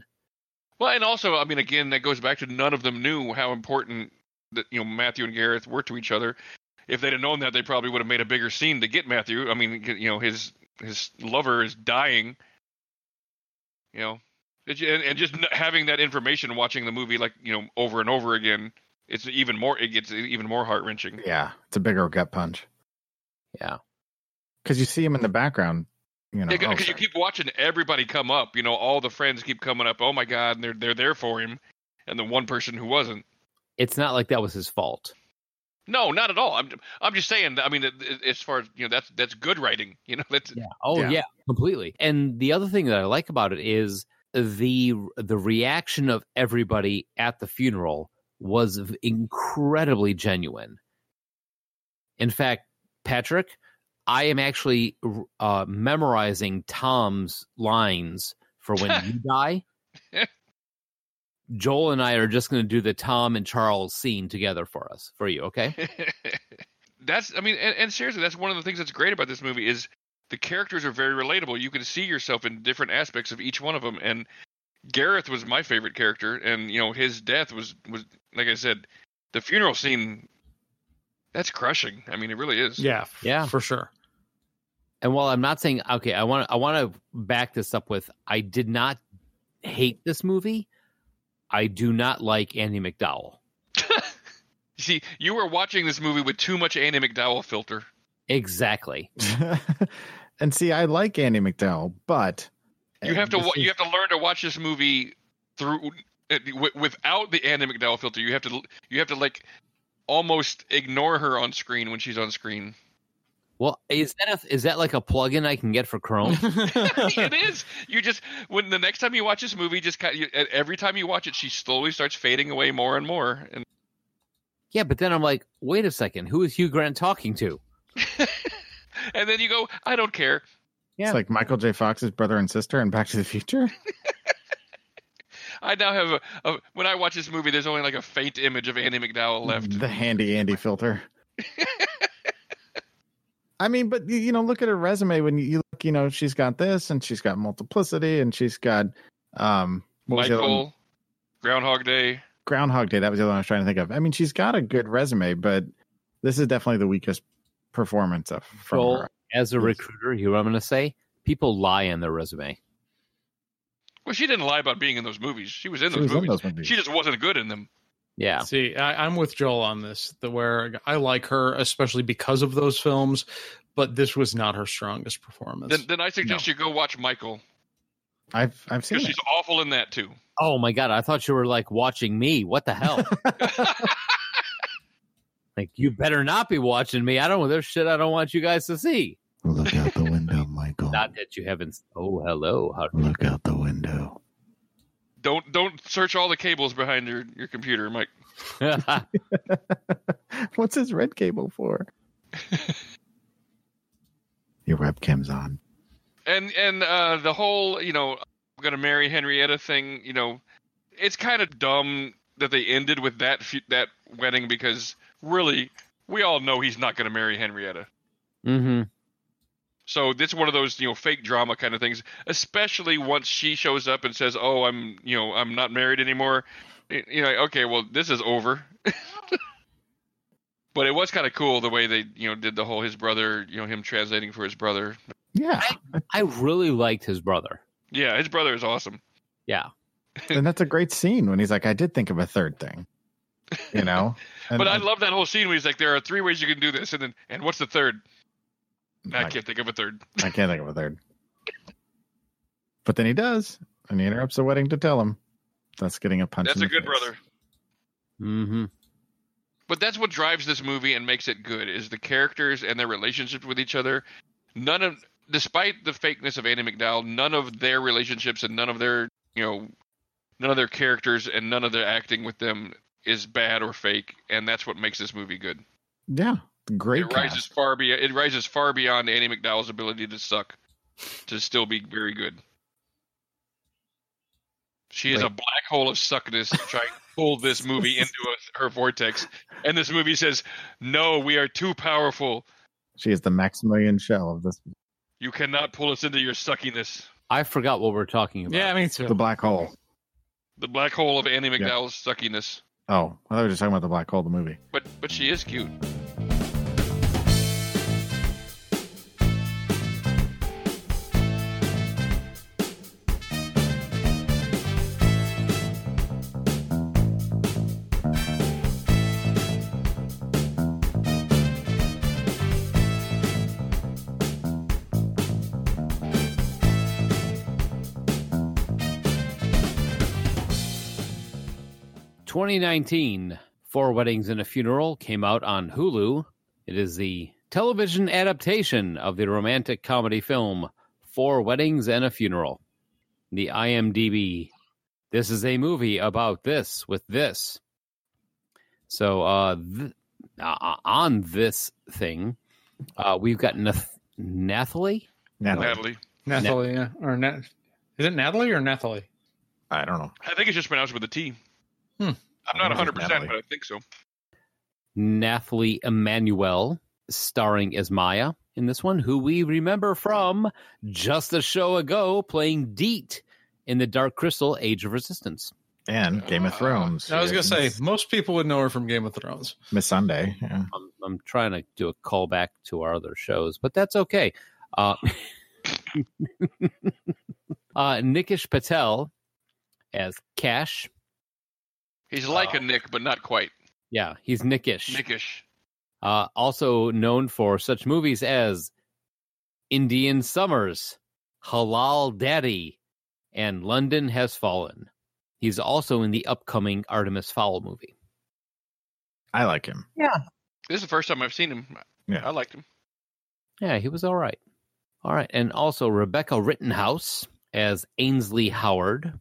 [SPEAKER 7] Well, and also, I mean, again, that goes back to none of them knew how important that you know Matthew and Gareth were to each other. If they'd have known that, they probably would have made a bigger scene to get Matthew. I mean, you know, his his lover is dying. You know, It- and, and just n- having that information, watching the movie like you know over and over again, it's even more. It gets even more heart wrenching.
[SPEAKER 8] Yeah, it's a bigger gut punch
[SPEAKER 6] Yeah.
[SPEAKER 8] because you see him in the background. You know, oh,
[SPEAKER 7] because you keep watching everybody come up. You know, all the friends keep coming up. Oh my God, and they're they're there for him, and the one person who wasn't.
[SPEAKER 6] It's not like that was his fault.
[SPEAKER 7] No, not at all. I'm I'm just saying. I mean, it- it- as far as you know, that's that's good writing. You know, that's
[SPEAKER 6] Yeah. Oh yeah.
[SPEAKER 8] Yeah.
[SPEAKER 6] completely. And the other thing that I like about it is the the reaction of everybody at the funeral was v- incredibly genuine. In fact, Patrick, I am actually r- uh, memorizing Tom's lines for when you die. Joel and I are just going to do the Tom and Charles scene together for us for you, okay?
[SPEAKER 7] that's. I mean, and, and seriously, that's one of the things that's great about this movie is the characters are very relatable. You can see yourself in different aspects of each one of them. And Gareth was my favorite character, and you know, his death was was like I said, the funeral scene. That's crushing. I mean, it really is.
[SPEAKER 9] Yeah, f-
[SPEAKER 6] Yeah.
[SPEAKER 9] for sure.
[SPEAKER 6] and while I'm not saying okay, I want I want to back this up with I did not hate this movie. I do not like Andy McDowell.
[SPEAKER 7] You see, you were watching this movie with too much Andy McDowell filter.
[SPEAKER 6] Exactly.
[SPEAKER 8] and see, I like Andy McDowell, but
[SPEAKER 7] You have to
[SPEAKER 8] This
[SPEAKER 7] wa-
[SPEAKER 8] is-
[SPEAKER 7] you have to learn to watch this movie through uh, w- without the Anna McDowell filter. You have to you have to like almost ignore her on screen when she's on screen.
[SPEAKER 6] Well, is that a, is that like a plug-in I can get for Chrome?
[SPEAKER 7] it is. You just when the next time you watch this movie, just kind you, e- every time you watch it, she slowly starts fading away more and more. And
[SPEAKER 6] yeah, but then I'm like, wait a second, who is Hugh Grant talking to?
[SPEAKER 7] and then you go, I don't care.
[SPEAKER 8] It's like Michael J. Fox's brother and sister in Back to the Future.
[SPEAKER 7] I now have a, a when I watch this movie, there's only like a faint image of Andy McDowell left.
[SPEAKER 8] The handy Andy filter. I mean, but you- you know, look at her resume. When you- you look, you know, she's got this, and she's got multiplicity, and she's got um, what was the other one?
[SPEAKER 7] Michael, Groundhog Day.
[SPEAKER 8] Groundhog Day. That was the other one I was trying to think of. I mean, she's got a good resume, but this is definitely the weakest performance of from
[SPEAKER 6] Joel,
[SPEAKER 8] her.
[SPEAKER 6] as a
[SPEAKER 8] Yes.
[SPEAKER 6] recruiter, you know what I'm going to say? People lie on their resume.
[SPEAKER 7] Well, she didn't lie about being in those movies. She was in,
[SPEAKER 8] She
[SPEAKER 7] those,
[SPEAKER 8] was in
[SPEAKER 7] movies.
[SPEAKER 8] those movies.
[SPEAKER 7] She just wasn't good in them.
[SPEAKER 6] Yeah.
[SPEAKER 9] See, I, I'm with Joel on this. The where I like her, especially because of those films, but this was not her strongest performance.
[SPEAKER 7] Then, then I suggest you go watch Michael
[SPEAKER 8] I've I've seen it.
[SPEAKER 7] because she's awful in that too.
[SPEAKER 6] Oh my god, I thought you were like watching me. What the hell? like you better not be watching me. I don't there's shit I don't want you guys to see.
[SPEAKER 8] Look out the window, Michael.
[SPEAKER 6] Not that you haven't oh hello. How,
[SPEAKER 8] Look out the window.
[SPEAKER 7] Don't don't search all the cables behind your, your computer, Mike.
[SPEAKER 8] What's his red cable for? Your webcam's on.
[SPEAKER 7] and and uh, the whole you know I'm gonna marry Henrietta thing. You know, it's kind of dumb that they ended with that fu- that wedding because really we all know he's not gonna marry Henrietta.
[SPEAKER 6] Mm-hmm.
[SPEAKER 7] So it's one of those you know fake drama kind of things, especially once she shows up and says, "Oh, I'm you know I'm not married anymore." Y- You know, okay, well this is over. but it was kind of cool the way they you know did the whole his brother you know him translating for his brother.
[SPEAKER 8] Yeah.
[SPEAKER 6] I really liked his brother.
[SPEAKER 7] Yeah, his brother is awesome.
[SPEAKER 6] Yeah.
[SPEAKER 8] and that's a great scene when he's like, I did think of a third thing. You know? And
[SPEAKER 7] but I love that whole scene where he's like, "There are three ways you can do this," and then and what's the third? I
[SPEAKER 8] I-
[SPEAKER 7] can't think of a third.
[SPEAKER 8] I can't think of a third. But then he does, and he interrupts the wedding to tell him. That's getting a punch.
[SPEAKER 7] That's
[SPEAKER 8] in
[SPEAKER 7] a
[SPEAKER 8] the
[SPEAKER 7] good
[SPEAKER 8] face.
[SPEAKER 7] brother.
[SPEAKER 6] Mm-hmm.
[SPEAKER 7] But that's what drives this movie and makes it good is the characters and their relationships with each other. None of despite the fakeness of Andy McDowell, none of their relationships and none of their you know none of their characters and none of their acting with them is bad or fake, and that's what makes this movie good.
[SPEAKER 8] Yeah. Great
[SPEAKER 7] it rises
[SPEAKER 8] cast.
[SPEAKER 7] far be it rises far beyond Andy McDowell's ability to suck to still be very good. She is a black hole of suckness trying to pull this movie into a, her vortex, and this movie says, "No, we are too powerful.
[SPEAKER 8] She is the Maximilian shell of this
[SPEAKER 7] You cannot pull us into your suckiness."
[SPEAKER 6] I forgot what we're talking about.
[SPEAKER 9] Yeah, I mean, too.
[SPEAKER 8] the black hole.
[SPEAKER 7] The black hole of Andy McDowell's suckiness.
[SPEAKER 8] Oh, I thought we were just talking about the black hole, the movie.
[SPEAKER 7] But but she is cute.
[SPEAKER 6] Twenty nineteen, Four Weddings and a Funeral came out on Hulu. It is the television adaptation of the romantic comedy film Four Weddings and a Funeral. The IMDb. This is a movie about this with this. So uh, th- uh on this thing, uh, we've got Nath- Nathalie.
[SPEAKER 8] Natalie.
[SPEAKER 7] Natalie.
[SPEAKER 9] Nathalie, yeah. Or Nat- is it Natalie or Nathalie?
[SPEAKER 8] I don't know.
[SPEAKER 7] I think it's just pronounced with a T.
[SPEAKER 9] Hmm.
[SPEAKER 7] I'm not
[SPEAKER 8] I think
[SPEAKER 7] 100,
[SPEAKER 8] it's
[SPEAKER 7] percent
[SPEAKER 8] Natalie.
[SPEAKER 7] but I think so.
[SPEAKER 6] Nathalie Emmanuel, starring as Maya in this one, who we remember from just a show ago playing Deet in the Dark Crystal Age of Resistance.
[SPEAKER 8] And Game of
[SPEAKER 7] Uh,
[SPEAKER 8] Thrones.
[SPEAKER 9] I was going to say,
[SPEAKER 8] Miss-
[SPEAKER 9] most people would know her from Game of Thrones.
[SPEAKER 8] Miss Sunday. Yeah.
[SPEAKER 6] I'm, I'm trying to do a callback to our other shows, but that's okay. Uh, uh, Nikish Patel as Cash.
[SPEAKER 7] He's like a Nick, but not quite.
[SPEAKER 6] Yeah, he's Nickish.
[SPEAKER 7] Nickish.
[SPEAKER 6] uh, also known for such movies as Indian Summers, Halal Daddy, and London Has Fallen. He's also in the upcoming Artemis Fowl movie.
[SPEAKER 8] I like him.
[SPEAKER 7] This is the first time I've seen him.
[SPEAKER 8] Yeah.
[SPEAKER 7] I liked him.
[SPEAKER 6] Yeah, he was all right. All right. And also Rebecca Rittenhouse as Ainsley Howard.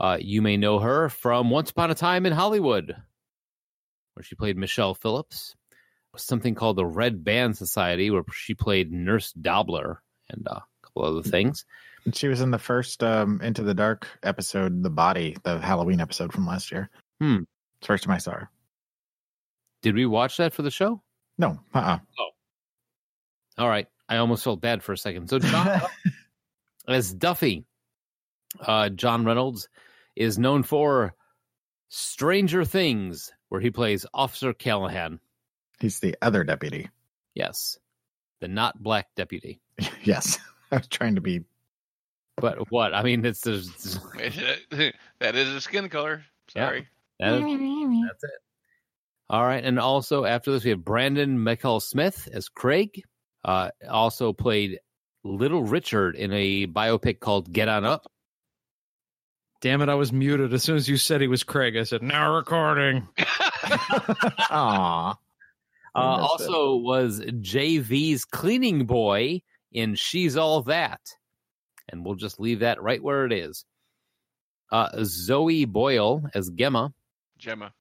[SPEAKER 6] Uh, you may know her from Once Upon a Time in Hollywood, where she played Michelle Phillips. Something called the Red Band Society, where she played Nurse Dobler and uh, a couple other things.
[SPEAKER 8] And She was in the first um, Into the Dark episode, The Body, the Halloween episode from last year.
[SPEAKER 6] Hmm.
[SPEAKER 8] First time I saw her.
[SPEAKER 6] Did we watch that for the show?
[SPEAKER 8] No, uh-uh.
[SPEAKER 6] All right. I almost felt bad for a second. So John as Duffy, uh, John Reynolds is known for Stranger Things, where he plays Officer Callahan.
[SPEAKER 8] He's the other deputy.
[SPEAKER 6] Yes, the not black deputy.
[SPEAKER 8] yes. I was trying to be
[SPEAKER 6] But what? I mean, it's there's
[SPEAKER 7] that is a skin color.
[SPEAKER 6] Yeah.
[SPEAKER 7] Sorry.
[SPEAKER 6] that is- that's it. All right, and also after this, we have Brandon McCall Smith as Craig. Uh, also played Little Richard in a biopic called Get On Up.
[SPEAKER 9] Damn it, I was muted. As soon as you said he was Craig, I said, now recording.
[SPEAKER 8] Aw.
[SPEAKER 6] Uh,
[SPEAKER 8] missed it.
[SPEAKER 6] also was JV's cleaning boy in She's All That. And we'll just leave that right where it is. Uh, Zoe Boyle as Gemma.
[SPEAKER 7] Gemma.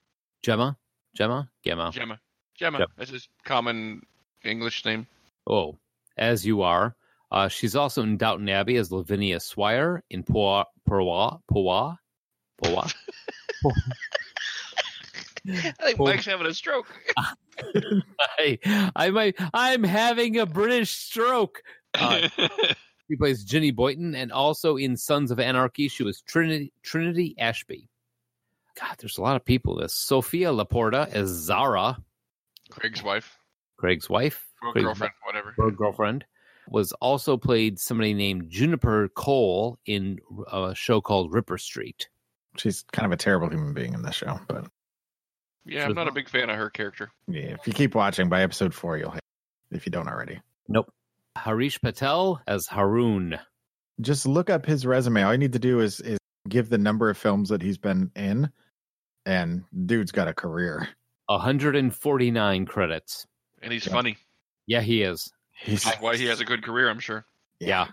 [SPEAKER 6] Gemma? Gemma? Gemma.
[SPEAKER 7] Gemma. Gemma.
[SPEAKER 6] Oh. Yep.
[SPEAKER 7] That's his common English name.
[SPEAKER 6] Oh, as you are. Uh, she's also in Downton Abbey as Lavinia Swire in Poa Poa Poa Poa.
[SPEAKER 7] I think
[SPEAKER 6] Oh.
[SPEAKER 7] Mike's having a stroke.
[SPEAKER 6] I, I might, I'm having a British stroke. Uh, she plays Ginny Boyton, and also in Sons of Anarchy, she was Trinity Trinity Ashby. God, there's a lot of people. in This Sophia Laporta as Zara,
[SPEAKER 7] Craig's wife,
[SPEAKER 6] Craig's wife,
[SPEAKER 7] or
[SPEAKER 6] Craig's
[SPEAKER 7] girlfriend, whatever.
[SPEAKER 6] her girlfriend was also played somebody named Juniper Cole in a show called Ripper Street.
[SPEAKER 8] She's kind of a terrible human being in this show, but
[SPEAKER 7] Yeah, I'm
[SPEAKER 6] She's
[SPEAKER 7] not a
[SPEAKER 6] not-
[SPEAKER 7] big fan of her character.
[SPEAKER 8] yeah, if you keep watching by episode four, you'll hate it, if you don't already.
[SPEAKER 6] Harish Patel as Haroon.
[SPEAKER 8] Just look up his resume. All you need to do is is give the number of films that he's been in, and dude's got a career.
[SPEAKER 6] 149 credits.
[SPEAKER 7] And he's
[SPEAKER 8] Yeah.
[SPEAKER 7] funny.
[SPEAKER 6] Yeah, he is.
[SPEAKER 8] He's
[SPEAKER 7] That's why he has a good career, I'm sure.
[SPEAKER 6] Yeah.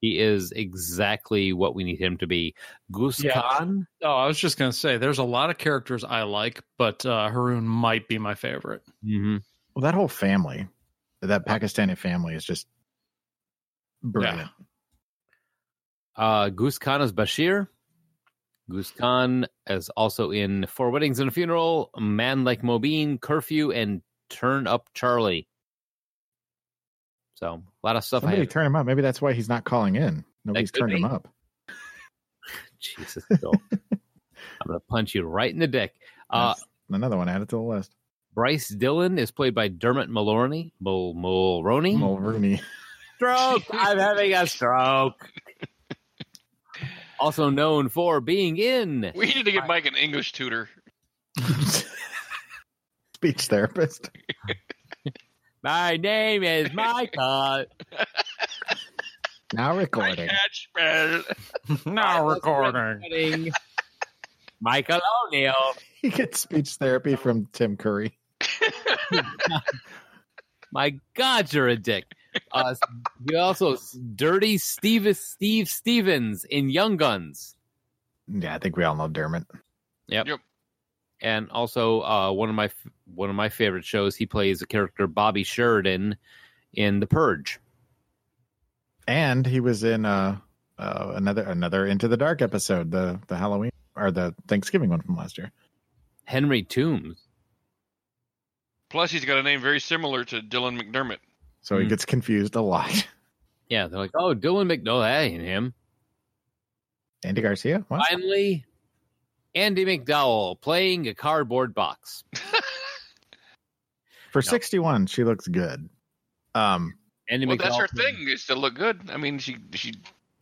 [SPEAKER 6] He is exactly what we need him to be. Goose
[SPEAKER 9] Yeah.
[SPEAKER 6] Khan.
[SPEAKER 9] Oh, I was just gonna say, there's a lot of characters I like, but uh, Haroon might be my favorite.
[SPEAKER 6] Mm-hmm.
[SPEAKER 8] Well, that whole family, that Pakistani family, is just brilliant.
[SPEAKER 6] Uh, Goose Khan as Bashir. Goose Khan is also in Four Weddings and a Funeral, Man Like Mobeen, Curfew, and Turn Up Charlie. So a lot of stuff. I
[SPEAKER 8] Somebody
[SPEAKER 6] have.
[SPEAKER 8] turn him up. Maybe that's why he's not calling in. Nobody's
[SPEAKER 6] could
[SPEAKER 8] turned him
[SPEAKER 6] be.
[SPEAKER 8] up.
[SPEAKER 6] Jesus, Bill. I'm gonna punch you right in the dick. Uh,
[SPEAKER 8] That's another one added to the list.
[SPEAKER 6] Bryce Dillon is played by Dermot Mulroney. Mul- Mulroney.
[SPEAKER 8] Mulrooney.
[SPEAKER 6] stroke. I'm having a stroke. also known for being in.
[SPEAKER 7] We need to get Mike an English tutor.
[SPEAKER 8] Speech therapist.
[SPEAKER 6] My name is Michael.
[SPEAKER 8] Now recording.
[SPEAKER 7] Catch, man.
[SPEAKER 9] now recording.
[SPEAKER 6] recording. Michael O'Neill.
[SPEAKER 8] He gets speech therapy from Tim Curry.
[SPEAKER 6] My God, you're a dick. Uh, you also dirty Steve Steve Stevens in Young Guns,
[SPEAKER 8] Yeah, I think we all know Dermot.
[SPEAKER 6] and also uh, one of my one of my favorite shows. He plays the character Bobby Sheridan in The Purge.
[SPEAKER 8] And he was in uh, uh, another another Into the Dark episode, the the Halloween or the Thanksgiving one from last year.
[SPEAKER 6] Henry Toombs.
[SPEAKER 7] Plus, he's got a name very similar to Dylan McDermott.
[SPEAKER 8] So he
[SPEAKER 6] Hmm.
[SPEAKER 8] gets confused a lot.
[SPEAKER 6] Yeah, they're like, oh, Dylan McDowell, that ain't him.
[SPEAKER 8] Andy Garcia? What?
[SPEAKER 6] Finally, Andy McDowell playing a cardboard box.
[SPEAKER 8] For
[SPEAKER 6] No.
[SPEAKER 8] 61, she looks good. Um,
[SPEAKER 6] Andy
[SPEAKER 7] Well,
[SPEAKER 6] McDowell.
[SPEAKER 7] that's her thing is to look good. I mean, she she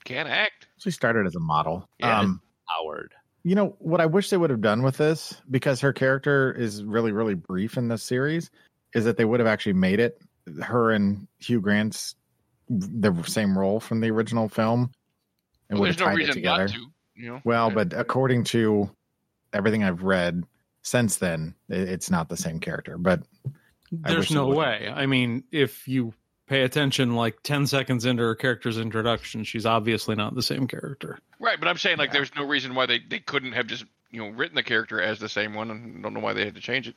[SPEAKER 7] can act.
[SPEAKER 8] she started as a model.
[SPEAKER 6] Yeah.
[SPEAKER 8] Um,
[SPEAKER 6] Howard.
[SPEAKER 8] You know what I wish they would have done with this because her character is really really brief in this series is that they would have actually made it her and Hugh Grant's the same role from the original film and
[SPEAKER 7] Well,
[SPEAKER 8] would have
[SPEAKER 7] there's no
[SPEAKER 8] tied it
[SPEAKER 7] reason
[SPEAKER 8] together.
[SPEAKER 7] not to. You know.
[SPEAKER 8] Well, but according to everything I've read since then, it- it's not the same character. But I wish
[SPEAKER 9] There's
[SPEAKER 8] it
[SPEAKER 9] no
[SPEAKER 8] would've.
[SPEAKER 9] way. I mean, if you pay attention, like ten seconds into her character's introduction, she's obviously not the same character.
[SPEAKER 7] right, but I'm saying like there's no reason why they they couldn't have just you know written the character as the same one, and don't know why they had to change it.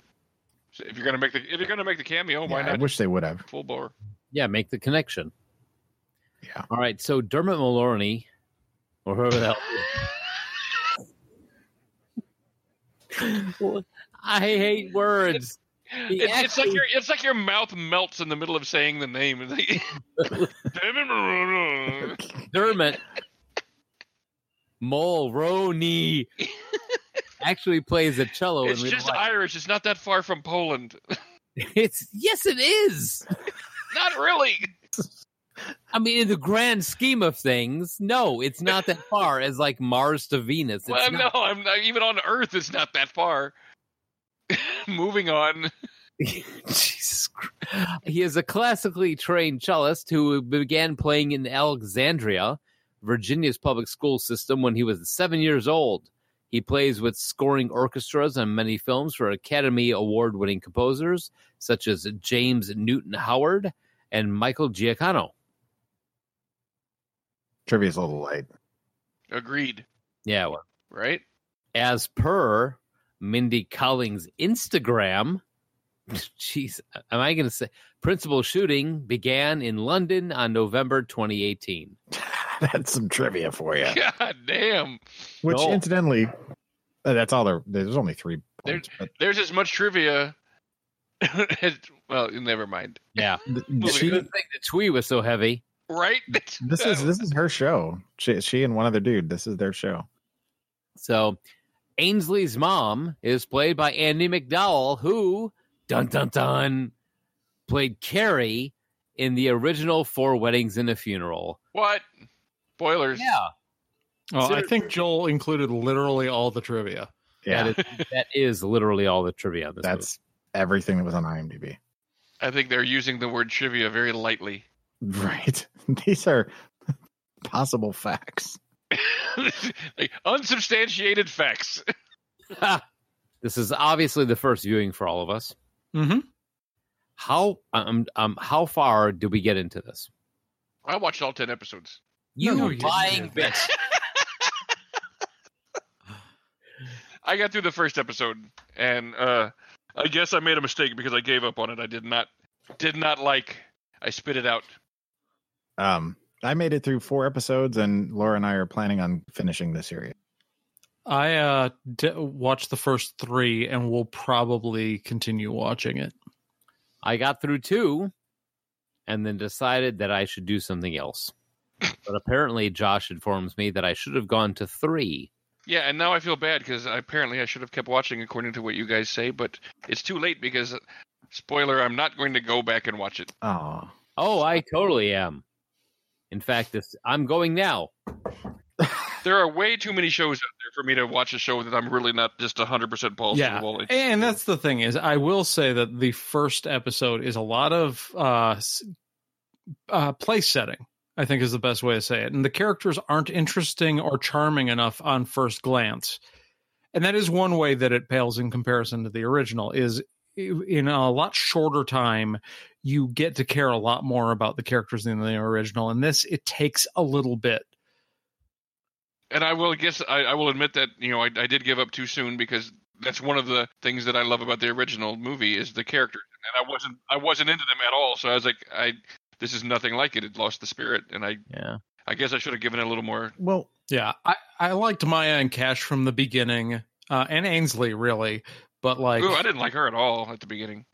[SPEAKER 7] So if you're gonna make the if you're gonna make the cameo, Oh, why
[SPEAKER 8] yeah, I
[SPEAKER 7] not
[SPEAKER 8] wish they would have.
[SPEAKER 7] full bore?
[SPEAKER 6] Yeah, make the connection.
[SPEAKER 8] Yeah.
[SPEAKER 6] All right, so Dermot Mulroney, or whoever the hell. I hate words. He
[SPEAKER 7] It's, it's like
[SPEAKER 6] actually-
[SPEAKER 7] your it's like your mouth melts in the middle of saying the name. Damn it.
[SPEAKER 6] Dermot Mulroney actually plays a cello.
[SPEAKER 7] It's
[SPEAKER 6] in real
[SPEAKER 7] just
[SPEAKER 6] life.
[SPEAKER 7] Irish. It's not that far from Poland.
[SPEAKER 6] It's yes, it is.
[SPEAKER 7] Not really.
[SPEAKER 6] I mean, in the grand scheme of things, no, it's not that far as like Mars to Venus. It's
[SPEAKER 7] Well,
[SPEAKER 6] not.
[SPEAKER 7] no, I'm not, even on Earth. It's not that far. Moving on.
[SPEAKER 6] Jesus Christ. He is a classically trained cellist who began playing in Alexandria, Virginia's public school system, when he was seven years old. He plays with scoring orchestras on many films for Academy Award winning composers such as James Newton Howard and Michael Giacano.
[SPEAKER 8] Trivia's a little light.
[SPEAKER 7] Agreed.
[SPEAKER 6] Yeah, well,
[SPEAKER 7] Right?
[SPEAKER 6] as per Mindy Collins' Instagram, Jeez, am I going to say principal shooting began in London on November 2018?
[SPEAKER 8] That's some trivia for you.
[SPEAKER 7] God damn.
[SPEAKER 8] Which,
[SPEAKER 6] No.
[SPEAKER 8] incidentally, uh, that's all there. There's only three
[SPEAKER 7] There-
[SPEAKER 8] points. but
[SPEAKER 7] There's as much trivia. as, well, never mind.
[SPEAKER 6] Yeah,
[SPEAKER 8] th-
[SPEAKER 7] Well,
[SPEAKER 8] she-
[SPEAKER 6] good thing the twee was so heavy.
[SPEAKER 7] Right?
[SPEAKER 8] this is this is her show. She, she and one other dude. This is their show.
[SPEAKER 6] So Ainsley's mom is played by Andy McDowell, who dun dun dun played Carrie in the original Four Weddings and a Funeral.
[SPEAKER 7] what? Boilers.
[SPEAKER 9] Oh, I think Joel included literally all the trivia.
[SPEAKER 8] Yeah,
[SPEAKER 6] That is, that is literally all the trivia on this.
[SPEAKER 8] that's everything that was on IMDb.
[SPEAKER 7] I think they're using the word trivia very lightly.
[SPEAKER 8] Right. These are possible facts.
[SPEAKER 7] like unsubstantiated facts.
[SPEAKER 6] movie. this is obviously the first viewing for all of us.
[SPEAKER 9] Mm-hmm.
[SPEAKER 6] How um um how far do we get into this?
[SPEAKER 7] I watched all 10 episodes.
[SPEAKER 6] You
[SPEAKER 9] no, you didn't.
[SPEAKER 6] lying bitch!
[SPEAKER 7] I got through the first episode and uh I guess I made a mistake because I gave up on it. I did not did not like I spit it out.
[SPEAKER 8] Um, I made it through four episodes, and Laura and I are planning on finishing the series.
[SPEAKER 9] I uh, d- watched the first three and will probably continue watching it.
[SPEAKER 6] I got through two, and then decided that I should do something else. But apparently, Josh informs me that I should have gone to three.
[SPEAKER 7] Yeah, and now I feel bad because apparently I should have kept watching according to what you guys say, but it's too late because uh, spoiler, I'm not going to go back and watch it.
[SPEAKER 8] Oh,
[SPEAKER 6] Oh, I totally am. In fact, this I'm going now.
[SPEAKER 7] There are way too many shows out there for me to watch a show that I'm really not just 100% balls to
[SPEAKER 9] yeah,
[SPEAKER 7] the wall.
[SPEAKER 9] and that's the thing is, I will say that the first episode is a lot of uh, s- uh, place setting. I think is the best way to say it, and the characters aren't interesting or charming enough on first glance, and that is one way that it pales in comparison to the original. Is i- in a lot shorter time, you get to care a lot more about the characters than the original, and this it takes a little bit.
[SPEAKER 7] and I will guess I, I will admit that you know I, I did give up too soon because that's one of the things that I love about the original movie is the characters, and I wasn't I wasn't into them at all. So I was like, I this is nothing like it. It lost the spirit, and I
[SPEAKER 6] Yeah.
[SPEAKER 7] I guess I should have given it a little more.
[SPEAKER 8] well,
[SPEAKER 9] Yeah, I, I liked Maya and Cash from the beginning, uh, and Ainsley really, but like,
[SPEAKER 7] Ooh, I didn't like her at all at the beginning.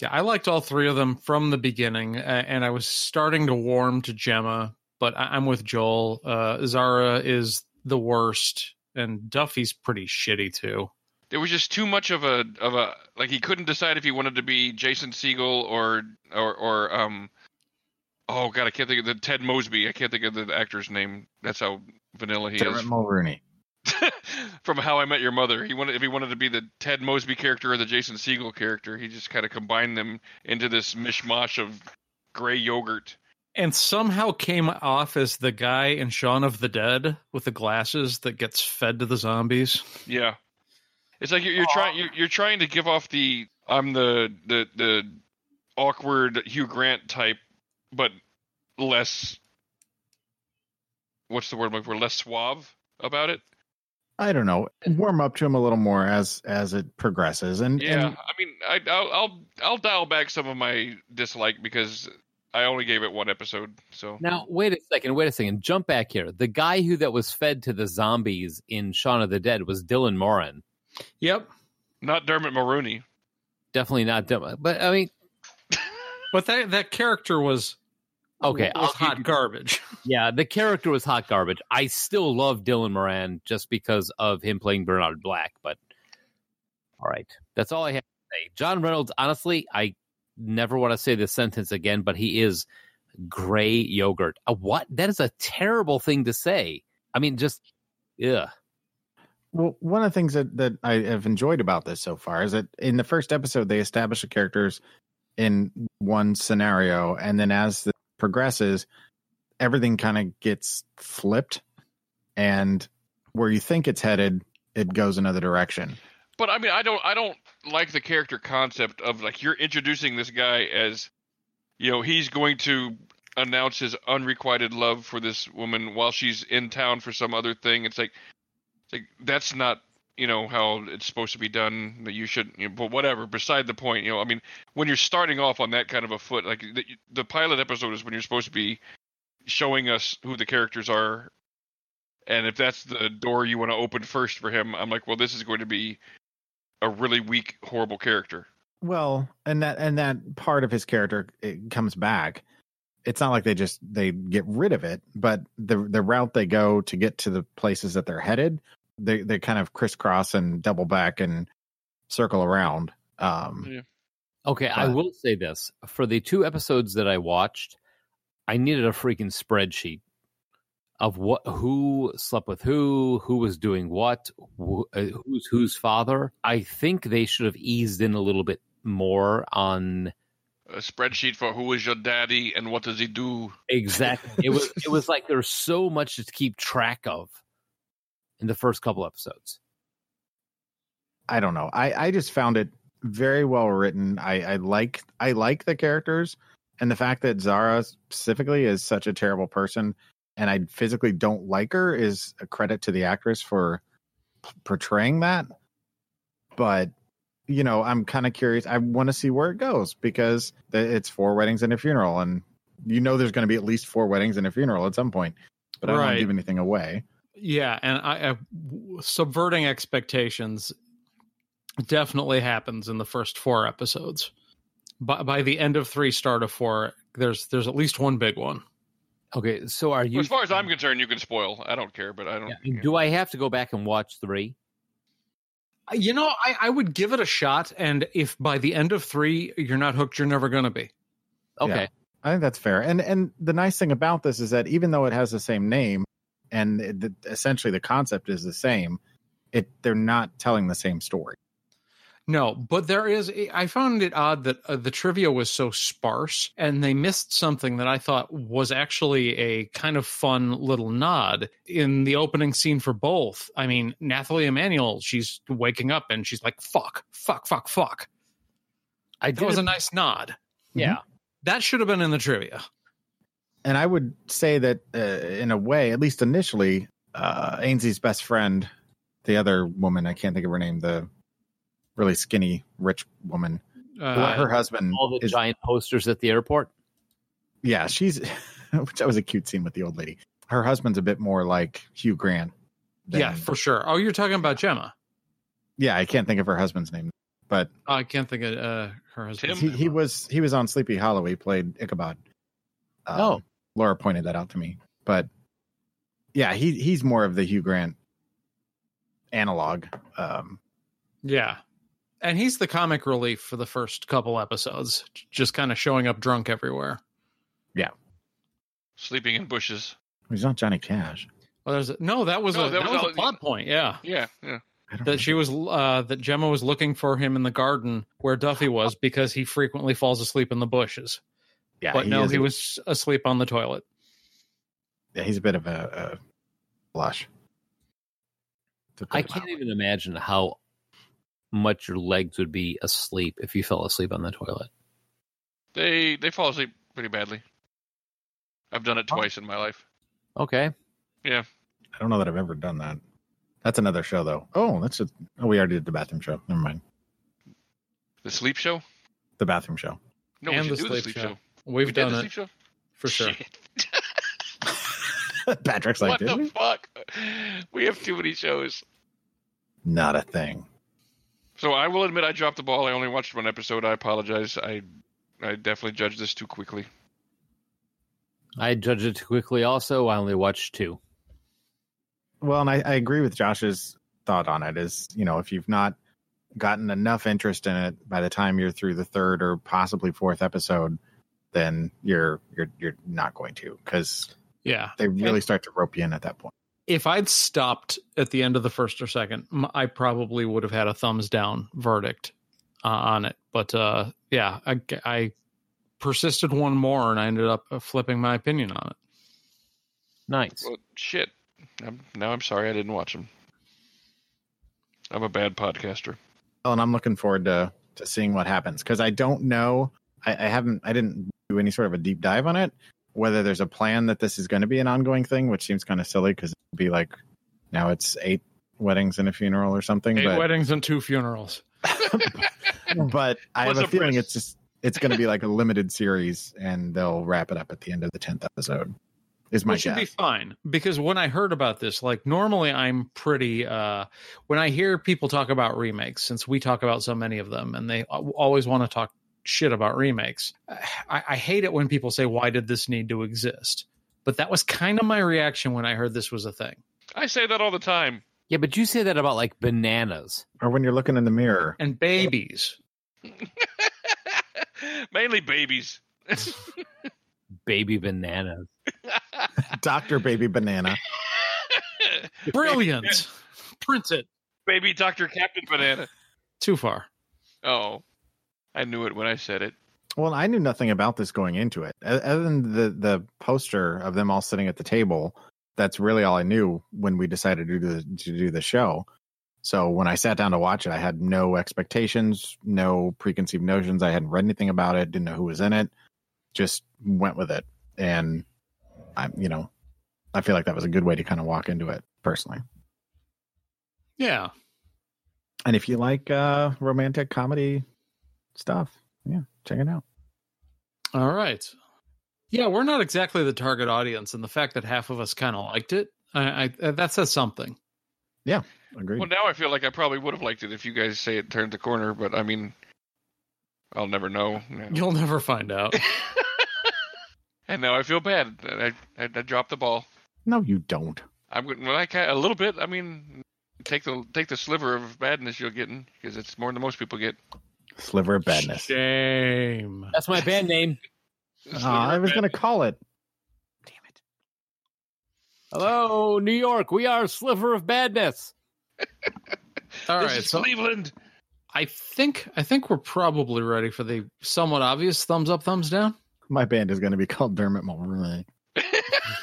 [SPEAKER 9] yeah, I liked all three of them from the beginning, uh, and I was starting to warm to Gemma, but I, I'm with Joel. Uh, Zara is the worst, and Duffy's pretty shitty too.
[SPEAKER 7] There was just too much of a of a like he couldn't decide if he wanted to be Jason Siegel or or or um oh god I can't think of the Ted Mosby I can't think of the actor's name. That's how vanilla he is.
[SPEAKER 8] Dermot Mulrooney.
[SPEAKER 7] from How I Met Your Mother. He wanted if he wanted to be the Ted Mosby character or the Jason Siegel character, he just kind of combined them into this mishmash of gray yogurt.
[SPEAKER 9] And somehow came off as the guy in Shaun of the Dead with the glasses that gets fed to the zombies.
[SPEAKER 7] Yeah, it's like you're, you're trying you're, you're trying to give off the I'm the the the awkward Hugh Grant type, but less. What's the word I'm looking for? Less suave about it.
[SPEAKER 8] I don't know. Warm up to him a little more as as it progresses, and
[SPEAKER 7] Yeah,
[SPEAKER 8] and
[SPEAKER 7] I mean, I, I'll, I'll I'll dial back some of my dislike because I only gave it one episode. So
[SPEAKER 6] Now wait a second, wait a second. Jump back here. The guy who that was fed to the zombies in Shaun of the Dead was Dylan Moran.
[SPEAKER 9] Yep,
[SPEAKER 7] Not Dermot Mulroney.
[SPEAKER 6] Definitely not dumb. But I mean,
[SPEAKER 9] but that that character was
[SPEAKER 6] okay,
[SPEAKER 9] was
[SPEAKER 6] I'll
[SPEAKER 9] hot
[SPEAKER 6] give-
[SPEAKER 9] garbage.
[SPEAKER 6] yeah, the character was hot garbage. I still love Dylan Moran just because of him playing Bernard Black. But all right, that's all I have to say. John Reynolds, honestly, I never want to say this sentence again, but he is gray yogurt. A what? That is a terrible thing to say. I mean, just yeah.
[SPEAKER 8] Well, one of the things that, that I have enjoyed about this so far is that in the first episode, they establish the characters in one scenario. And then as it progresses, everything kind of gets flipped. And where you think it's headed, it goes another direction.
[SPEAKER 7] But I mean, I don't, I don't like the character concept of like you're introducing this guy as, you know, he's going to announce his unrequited love for this woman while she's in town for some other thing. It's like, it's like that's not you know how it's supposed to be done that you shouldn't you know, but whatever beside the point you know i mean when you're starting off on that kind of a foot like the, the pilot episode is when you're supposed to be showing us who the characters are and if that's the door you want to open first for him i'm like well this is going to be a really weak horrible character
[SPEAKER 8] Well, and that and that part of his character it comes back. It's not like they just they get rid of it, but the the route they go to get to the places that they're headed, they they kind of crisscross and double back and circle around. Um
[SPEAKER 7] Yeah.
[SPEAKER 6] Okay, I
[SPEAKER 8] But-
[SPEAKER 6] will say this. For the two episodes that I watched, I needed a freaking spreadsheet of what who slept with who, who was doing what, wh- uh, who's whose father. I think they should have eased in a little bit more on
[SPEAKER 7] a spreadsheet for who is your daddy and what does he do
[SPEAKER 6] exactly. it was it was like there's so much to keep track of in the first couple episodes.
[SPEAKER 8] I don't know. I I just found it very well written. I I like I like the characters and the fact that Zara specifically is such a terrible person and I physically don't like her is a credit to the actress for p- portraying that. But you know, I'm kind of curious. I want to see where it goes because th- it's four weddings and a funeral and you know there's going to be at least four weddings and a funeral at some point. But I don't want
[SPEAKER 9] Right.
[SPEAKER 8] to give anything away.
[SPEAKER 9] Yeah, and I, I subverting expectations definitely happens in the first four episodes. By by the end of three, start of four, there's there's at least one big one.
[SPEAKER 6] Okay, so are you
[SPEAKER 7] as far as i'm concerned you can spoil i don't care but i don't
[SPEAKER 6] Yeah, do I have to go back and watch 3?
[SPEAKER 9] You know, I, I would give it a shot, and if by the end of three you're not hooked, you're never gonna be.
[SPEAKER 6] Okay.
[SPEAKER 8] Yeah. I think that's fair. And and the nice thing about this is that even though it has the same name and it, the, essentially the concept is the same, it they're not telling the same story.
[SPEAKER 9] No, but there is. I found it odd that uh, the trivia was so sparse and they missed something that I thought was actually a kind of fun little nod in the opening scene for both. I mean, Nathalie Emanuel, she's waking up and she's like, fuck, fuck, fuck, fuck.
[SPEAKER 6] I
[SPEAKER 9] That was a nice nod.
[SPEAKER 6] Yeah.
[SPEAKER 9] That should have been in the trivia. Uh,
[SPEAKER 8] And I would say that uh, in a way, at least initially, uh, Ainsley's best friend, the other woman, I can't think of her name, the really skinny rich woman,
[SPEAKER 9] Uh,
[SPEAKER 8] her husband
[SPEAKER 6] all the
[SPEAKER 8] is
[SPEAKER 6] giant posters at the airport.
[SPEAKER 8] yeah, she's which that was a cute scene with the old lady. Her husband's a bit more like Hugh Grant. than-
[SPEAKER 9] yeah, for sure. Oh, you're talking about Gemma.
[SPEAKER 8] yeah, I can't think of her husband's name, but
[SPEAKER 9] I can't think of uh, her husband.
[SPEAKER 8] he, he was he was on Sleepy Hollow. He played Ichabod. Um,
[SPEAKER 6] Oh.
[SPEAKER 8] Laura pointed that out to me, but yeah, he he's more of the Hugh Grant analog. Um,
[SPEAKER 9] Yeah. And he's the comic relief for the first couple episodes, j- just kind of showing up drunk everywhere.
[SPEAKER 7] sleeping in bushes
[SPEAKER 8] he's not Johnny Cash.
[SPEAKER 9] Well, there's a, no, that was
[SPEAKER 7] No,
[SPEAKER 9] a
[SPEAKER 7] that
[SPEAKER 9] that,
[SPEAKER 7] was
[SPEAKER 9] was,
[SPEAKER 7] all-
[SPEAKER 9] a plot point. Yeah,
[SPEAKER 7] yeah yeah
[SPEAKER 8] I don't
[SPEAKER 9] that she was uh, that Gemma was looking for him in the garden where Duffy was because he frequently falls asleep in the bushes.
[SPEAKER 8] yeah,
[SPEAKER 9] but no,
[SPEAKER 8] is
[SPEAKER 9] he
[SPEAKER 8] a-
[SPEAKER 9] was asleep on the toilet.
[SPEAKER 8] yeah, he's a bit of a, a blush. To put
[SPEAKER 6] I
[SPEAKER 8] it that
[SPEAKER 6] can't
[SPEAKER 8] way.
[SPEAKER 6] even imagine how much your legs would be asleep if you fell asleep on the toilet.
[SPEAKER 7] They they fall asleep pretty badly. I've done it twice in my life.
[SPEAKER 6] Okay.
[SPEAKER 8] I don't know that I've ever done that. That's another show though. Oh, that's a oh, we already did the bathroom show. Never mind.
[SPEAKER 7] The sleep show?
[SPEAKER 8] The bathroom show.
[SPEAKER 7] No,
[SPEAKER 9] And
[SPEAKER 7] we should
[SPEAKER 9] the
[SPEAKER 7] do the
[SPEAKER 9] sleep
[SPEAKER 7] sleep show.
[SPEAKER 9] show. We've
[SPEAKER 7] We did
[SPEAKER 9] done
[SPEAKER 7] the
[SPEAKER 9] it
[SPEAKER 7] sleep show.
[SPEAKER 9] for sure.
[SPEAKER 7] Shit,
[SPEAKER 8] Patrick's like,
[SPEAKER 7] what
[SPEAKER 8] did
[SPEAKER 7] the
[SPEAKER 8] we?
[SPEAKER 7] fuck? We have too many shows.
[SPEAKER 8] Not a thing.
[SPEAKER 7] So I will admit I dropped the ball. I only watched one episode. I apologize. I I definitely judged this too quickly.
[SPEAKER 6] I judged it too quickly also. I only watched two.
[SPEAKER 8] well and I, I agree with josh's thought on it is you know if you've not gotten enough interest in it by the time you're through the third or possibly fourth episode then you're you're you're not going to because
[SPEAKER 9] Yeah,
[SPEAKER 8] they really start to rope you in at that point
[SPEAKER 9] if I'd stopped at the end of the first or second, m- I probably would have had a thumbs down verdict uh, on it. But uh, yeah, I, I persisted one more and I ended up uh, flipping my opinion on it.
[SPEAKER 6] Nice.
[SPEAKER 7] Well, shit. I'm, now I'm sorry I didn't watch them. I'm a bad podcaster.
[SPEAKER 8] oh, and i'm looking forward to to seeing what happens because i don't know I, I haven't i didn't do any sort of a deep dive on it whether there's a plan that this is going to be an ongoing thing which seems kind of silly because it'd be like now it's eight weddings and a funeral or something.
[SPEAKER 9] Eight
[SPEAKER 8] but
[SPEAKER 9] weddings and two funerals.
[SPEAKER 8] but I have
[SPEAKER 7] Plus
[SPEAKER 8] a
[SPEAKER 7] a
[SPEAKER 8] feeling
[SPEAKER 7] press.
[SPEAKER 8] it's just it's going to be like a limited series, and they'll wrap it up at the end of the tenth episode. Is my
[SPEAKER 9] It should
[SPEAKER 8] guess.
[SPEAKER 9] be fine because when I heard about this, like normally I'm pretty. uh When I hear people talk about remakes, since we talk about so many of them, and they al- always want to talk shit about remakes, I, I hate it when people say, "Why did this need to exist?" But that was kind of my reaction when I heard this was a thing.
[SPEAKER 7] I say that all the time.
[SPEAKER 6] Yeah, but you say that about like bananas.
[SPEAKER 8] or when you're looking in the mirror.
[SPEAKER 9] And babies,
[SPEAKER 7] Mainly babies.
[SPEAKER 6] Baby bananas.
[SPEAKER 8] Dr. Baby Banana.
[SPEAKER 9] brilliant, print it.
[SPEAKER 7] Baby Dr. Captain Banana.
[SPEAKER 9] Too far.
[SPEAKER 7] Oh, I knew it when I said it.
[SPEAKER 8] Well, I knew nothing about this going into it. O- Other than the, the poster of them all sitting at the table, that's really all I knew when we decided to do the, to do the show. So when I sat down to watch it, I had no expectations, no preconceived notions. I hadn't read anything about it, didn't know who was in it, just went with it. And I, you know, I feel like that was a good way to kind of walk into it personally.
[SPEAKER 9] Yeah,
[SPEAKER 8] And if you like uh romantic comedy stuff, yeah, check it out.
[SPEAKER 9] All right. Yeah, we're not exactly the target audience, and the fact that half of us kind of liked it, I, I that says something.
[SPEAKER 8] Agreed.
[SPEAKER 7] Well, now I feel like I probably would have liked it if you guys say it turned the corner, but I mean, I'll never know. now.
[SPEAKER 9] You'll never find out.
[SPEAKER 7] And now I feel bad. that I, I, I dropped the ball.
[SPEAKER 8] No, you don't.
[SPEAKER 7] I'm gonna- well, I ca- a little bit. I mean, take the take the sliver of badness you're getting because it's more than most people get.
[SPEAKER 8] Sliver of badness.
[SPEAKER 9] Shame.
[SPEAKER 6] That's my band name.
[SPEAKER 7] Sliver
[SPEAKER 8] Aw, Uh-huh, I
[SPEAKER 7] of
[SPEAKER 8] was
[SPEAKER 7] bad-
[SPEAKER 8] going to call it. Damn it.
[SPEAKER 6] Hello, New York. We are Sliver of Badness.
[SPEAKER 9] All
[SPEAKER 7] This
[SPEAKER 9] right,
[SPEAKER 7] is
[SPEAKER 9] so
[SPEAKER 7] Cleveland.
[SPEAKER 9] I think I think we're probably ready for the somewhat obvious thumbs up, thumbs down.
[SPEAKER 8] My band is going to be called Dermot Mulroney.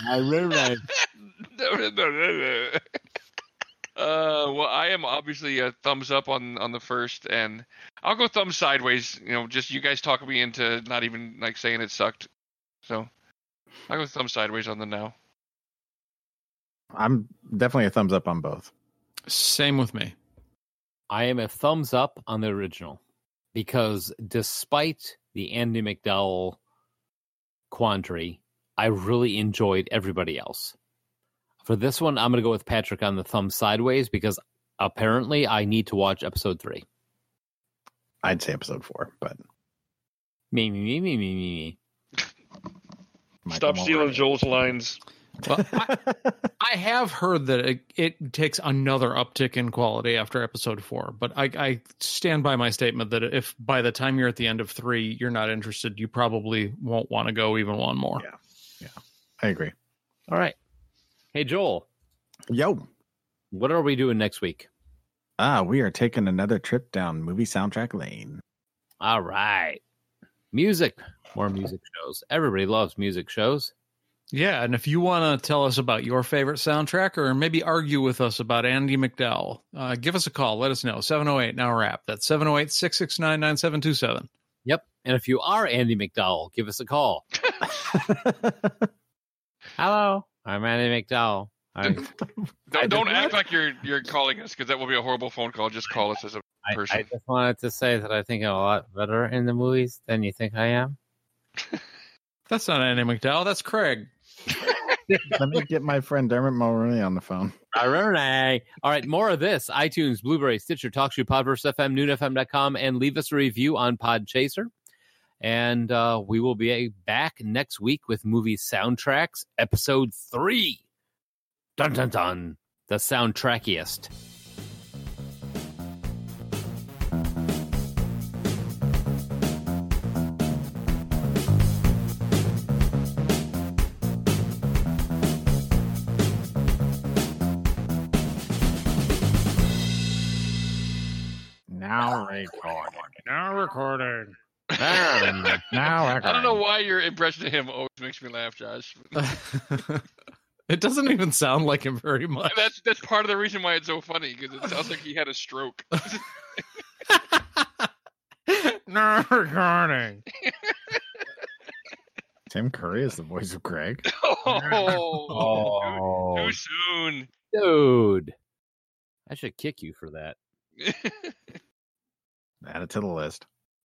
[SPEAKER 8] My roommate.
[SPEAKER 7] uh, well, I am obviously a thumbs up on on the first, and I'll go thumbs sideways. You know, just you guys talking me into not even like saying it sucked. So I will go thumbs sideways on the now.
[SPEAKER 8] I'm definitely a thumbs up on both.
[SPEAKER 9] Same with me.
[SPEAKER 6] I am a thumbs up on the original because despite the Andy McDowell quandary, I really enjoyed everybody else. For this one, I'm going to go with Patrick on the thumb sideways because apparently I need to watch episode three.
[SPEAKER 8] I'd say episode four, but
[SPEAKER 6] Me, me, me, me, me, me, me.
[SPEAKER 8] Michael Mulroney.
[SPEAKER 7] Joel's lines.
[SPEAKER 9] Well, I, I have heard that it, it takes another uptick in quality after episode four, but I, I stand by my statement that if by the time you're at the end of three, you're not interested, you probably won't want to go even one more.
[SPEAKER 8] Yeah. I agree.
[SPEAKER 6] All right. Hey, Joel,
[SPEAKER 8] Yo.
[SPEAKER 6] what are we doing next week?
[SPEAKER 8] Ah, we are taking another trip down movie soundtrack lane.
[SPEAKER 6] All right. Music. More music shows. Everybody loves music shows.
[SPEAKER 9] Yeah, and if you want to tell us about your favorite soundtrack or maybe argue with us about Andy McDowell, uh, give us a call. Let us know. 708 Now Rap. That's 708 669 9727.
[SPEAKER 6] Yep. And if you are Andy McDowell, give us a call. Hello. I'm Andy McDowell. I'm, I
[SPEAKER 7] Don't,
[SPEAKER 6] did
[SPEAKER 7] don't
[SPEAKER 6] not-
[SPEAKER 7] act like you're you're calling us because that will be a horrible phone call. Just call us as a
[SPEAKER 6] I,
[SPEAKER 7] person.
[SPEAKER 6] I just wanted to say that I think I'm a lot better in the movies than you think I am.
[SPEAKER 9] That's not Andy McDowell. That's Craig.
[SPEAKER 8] Let me get my friend Dermot Mulroney on the phone.
[SPEAKER 6] Arunay. All right, more of this. iTunes, Blueberry, Stitcher, TalkShoe, Podverse FM, NoonFM.com, and leave us a review on Podchaser. And uh, we will be back next week with movie soundtracks, episode three. Dun dun dun. The soundtrackiest.
[SPEAKER 8] Now recording.
[SPEAKER 9] Now recording.
[SPEAKER 8] Now
[SPEAKER 7] I don't know why your impression of him always makes me laugh, Josh.
[SPEAKER 9] it doesn't even sound like him very much.
[SPEAKER 7] That's that's part of the reason why it's so funny because it sounds like he had a stroke.
[SPEAKER 9] Now recording.
[SPEAKER 8] Tim Curry is the voice of Greg.
[SPEAKER 7] oh,
[SPEAKER 6] Oh,
[SPEAKER 7] too soon.
[SPEAKER 6] dude. I should kick you for that.
[SPEAKER 8] Add it to the list.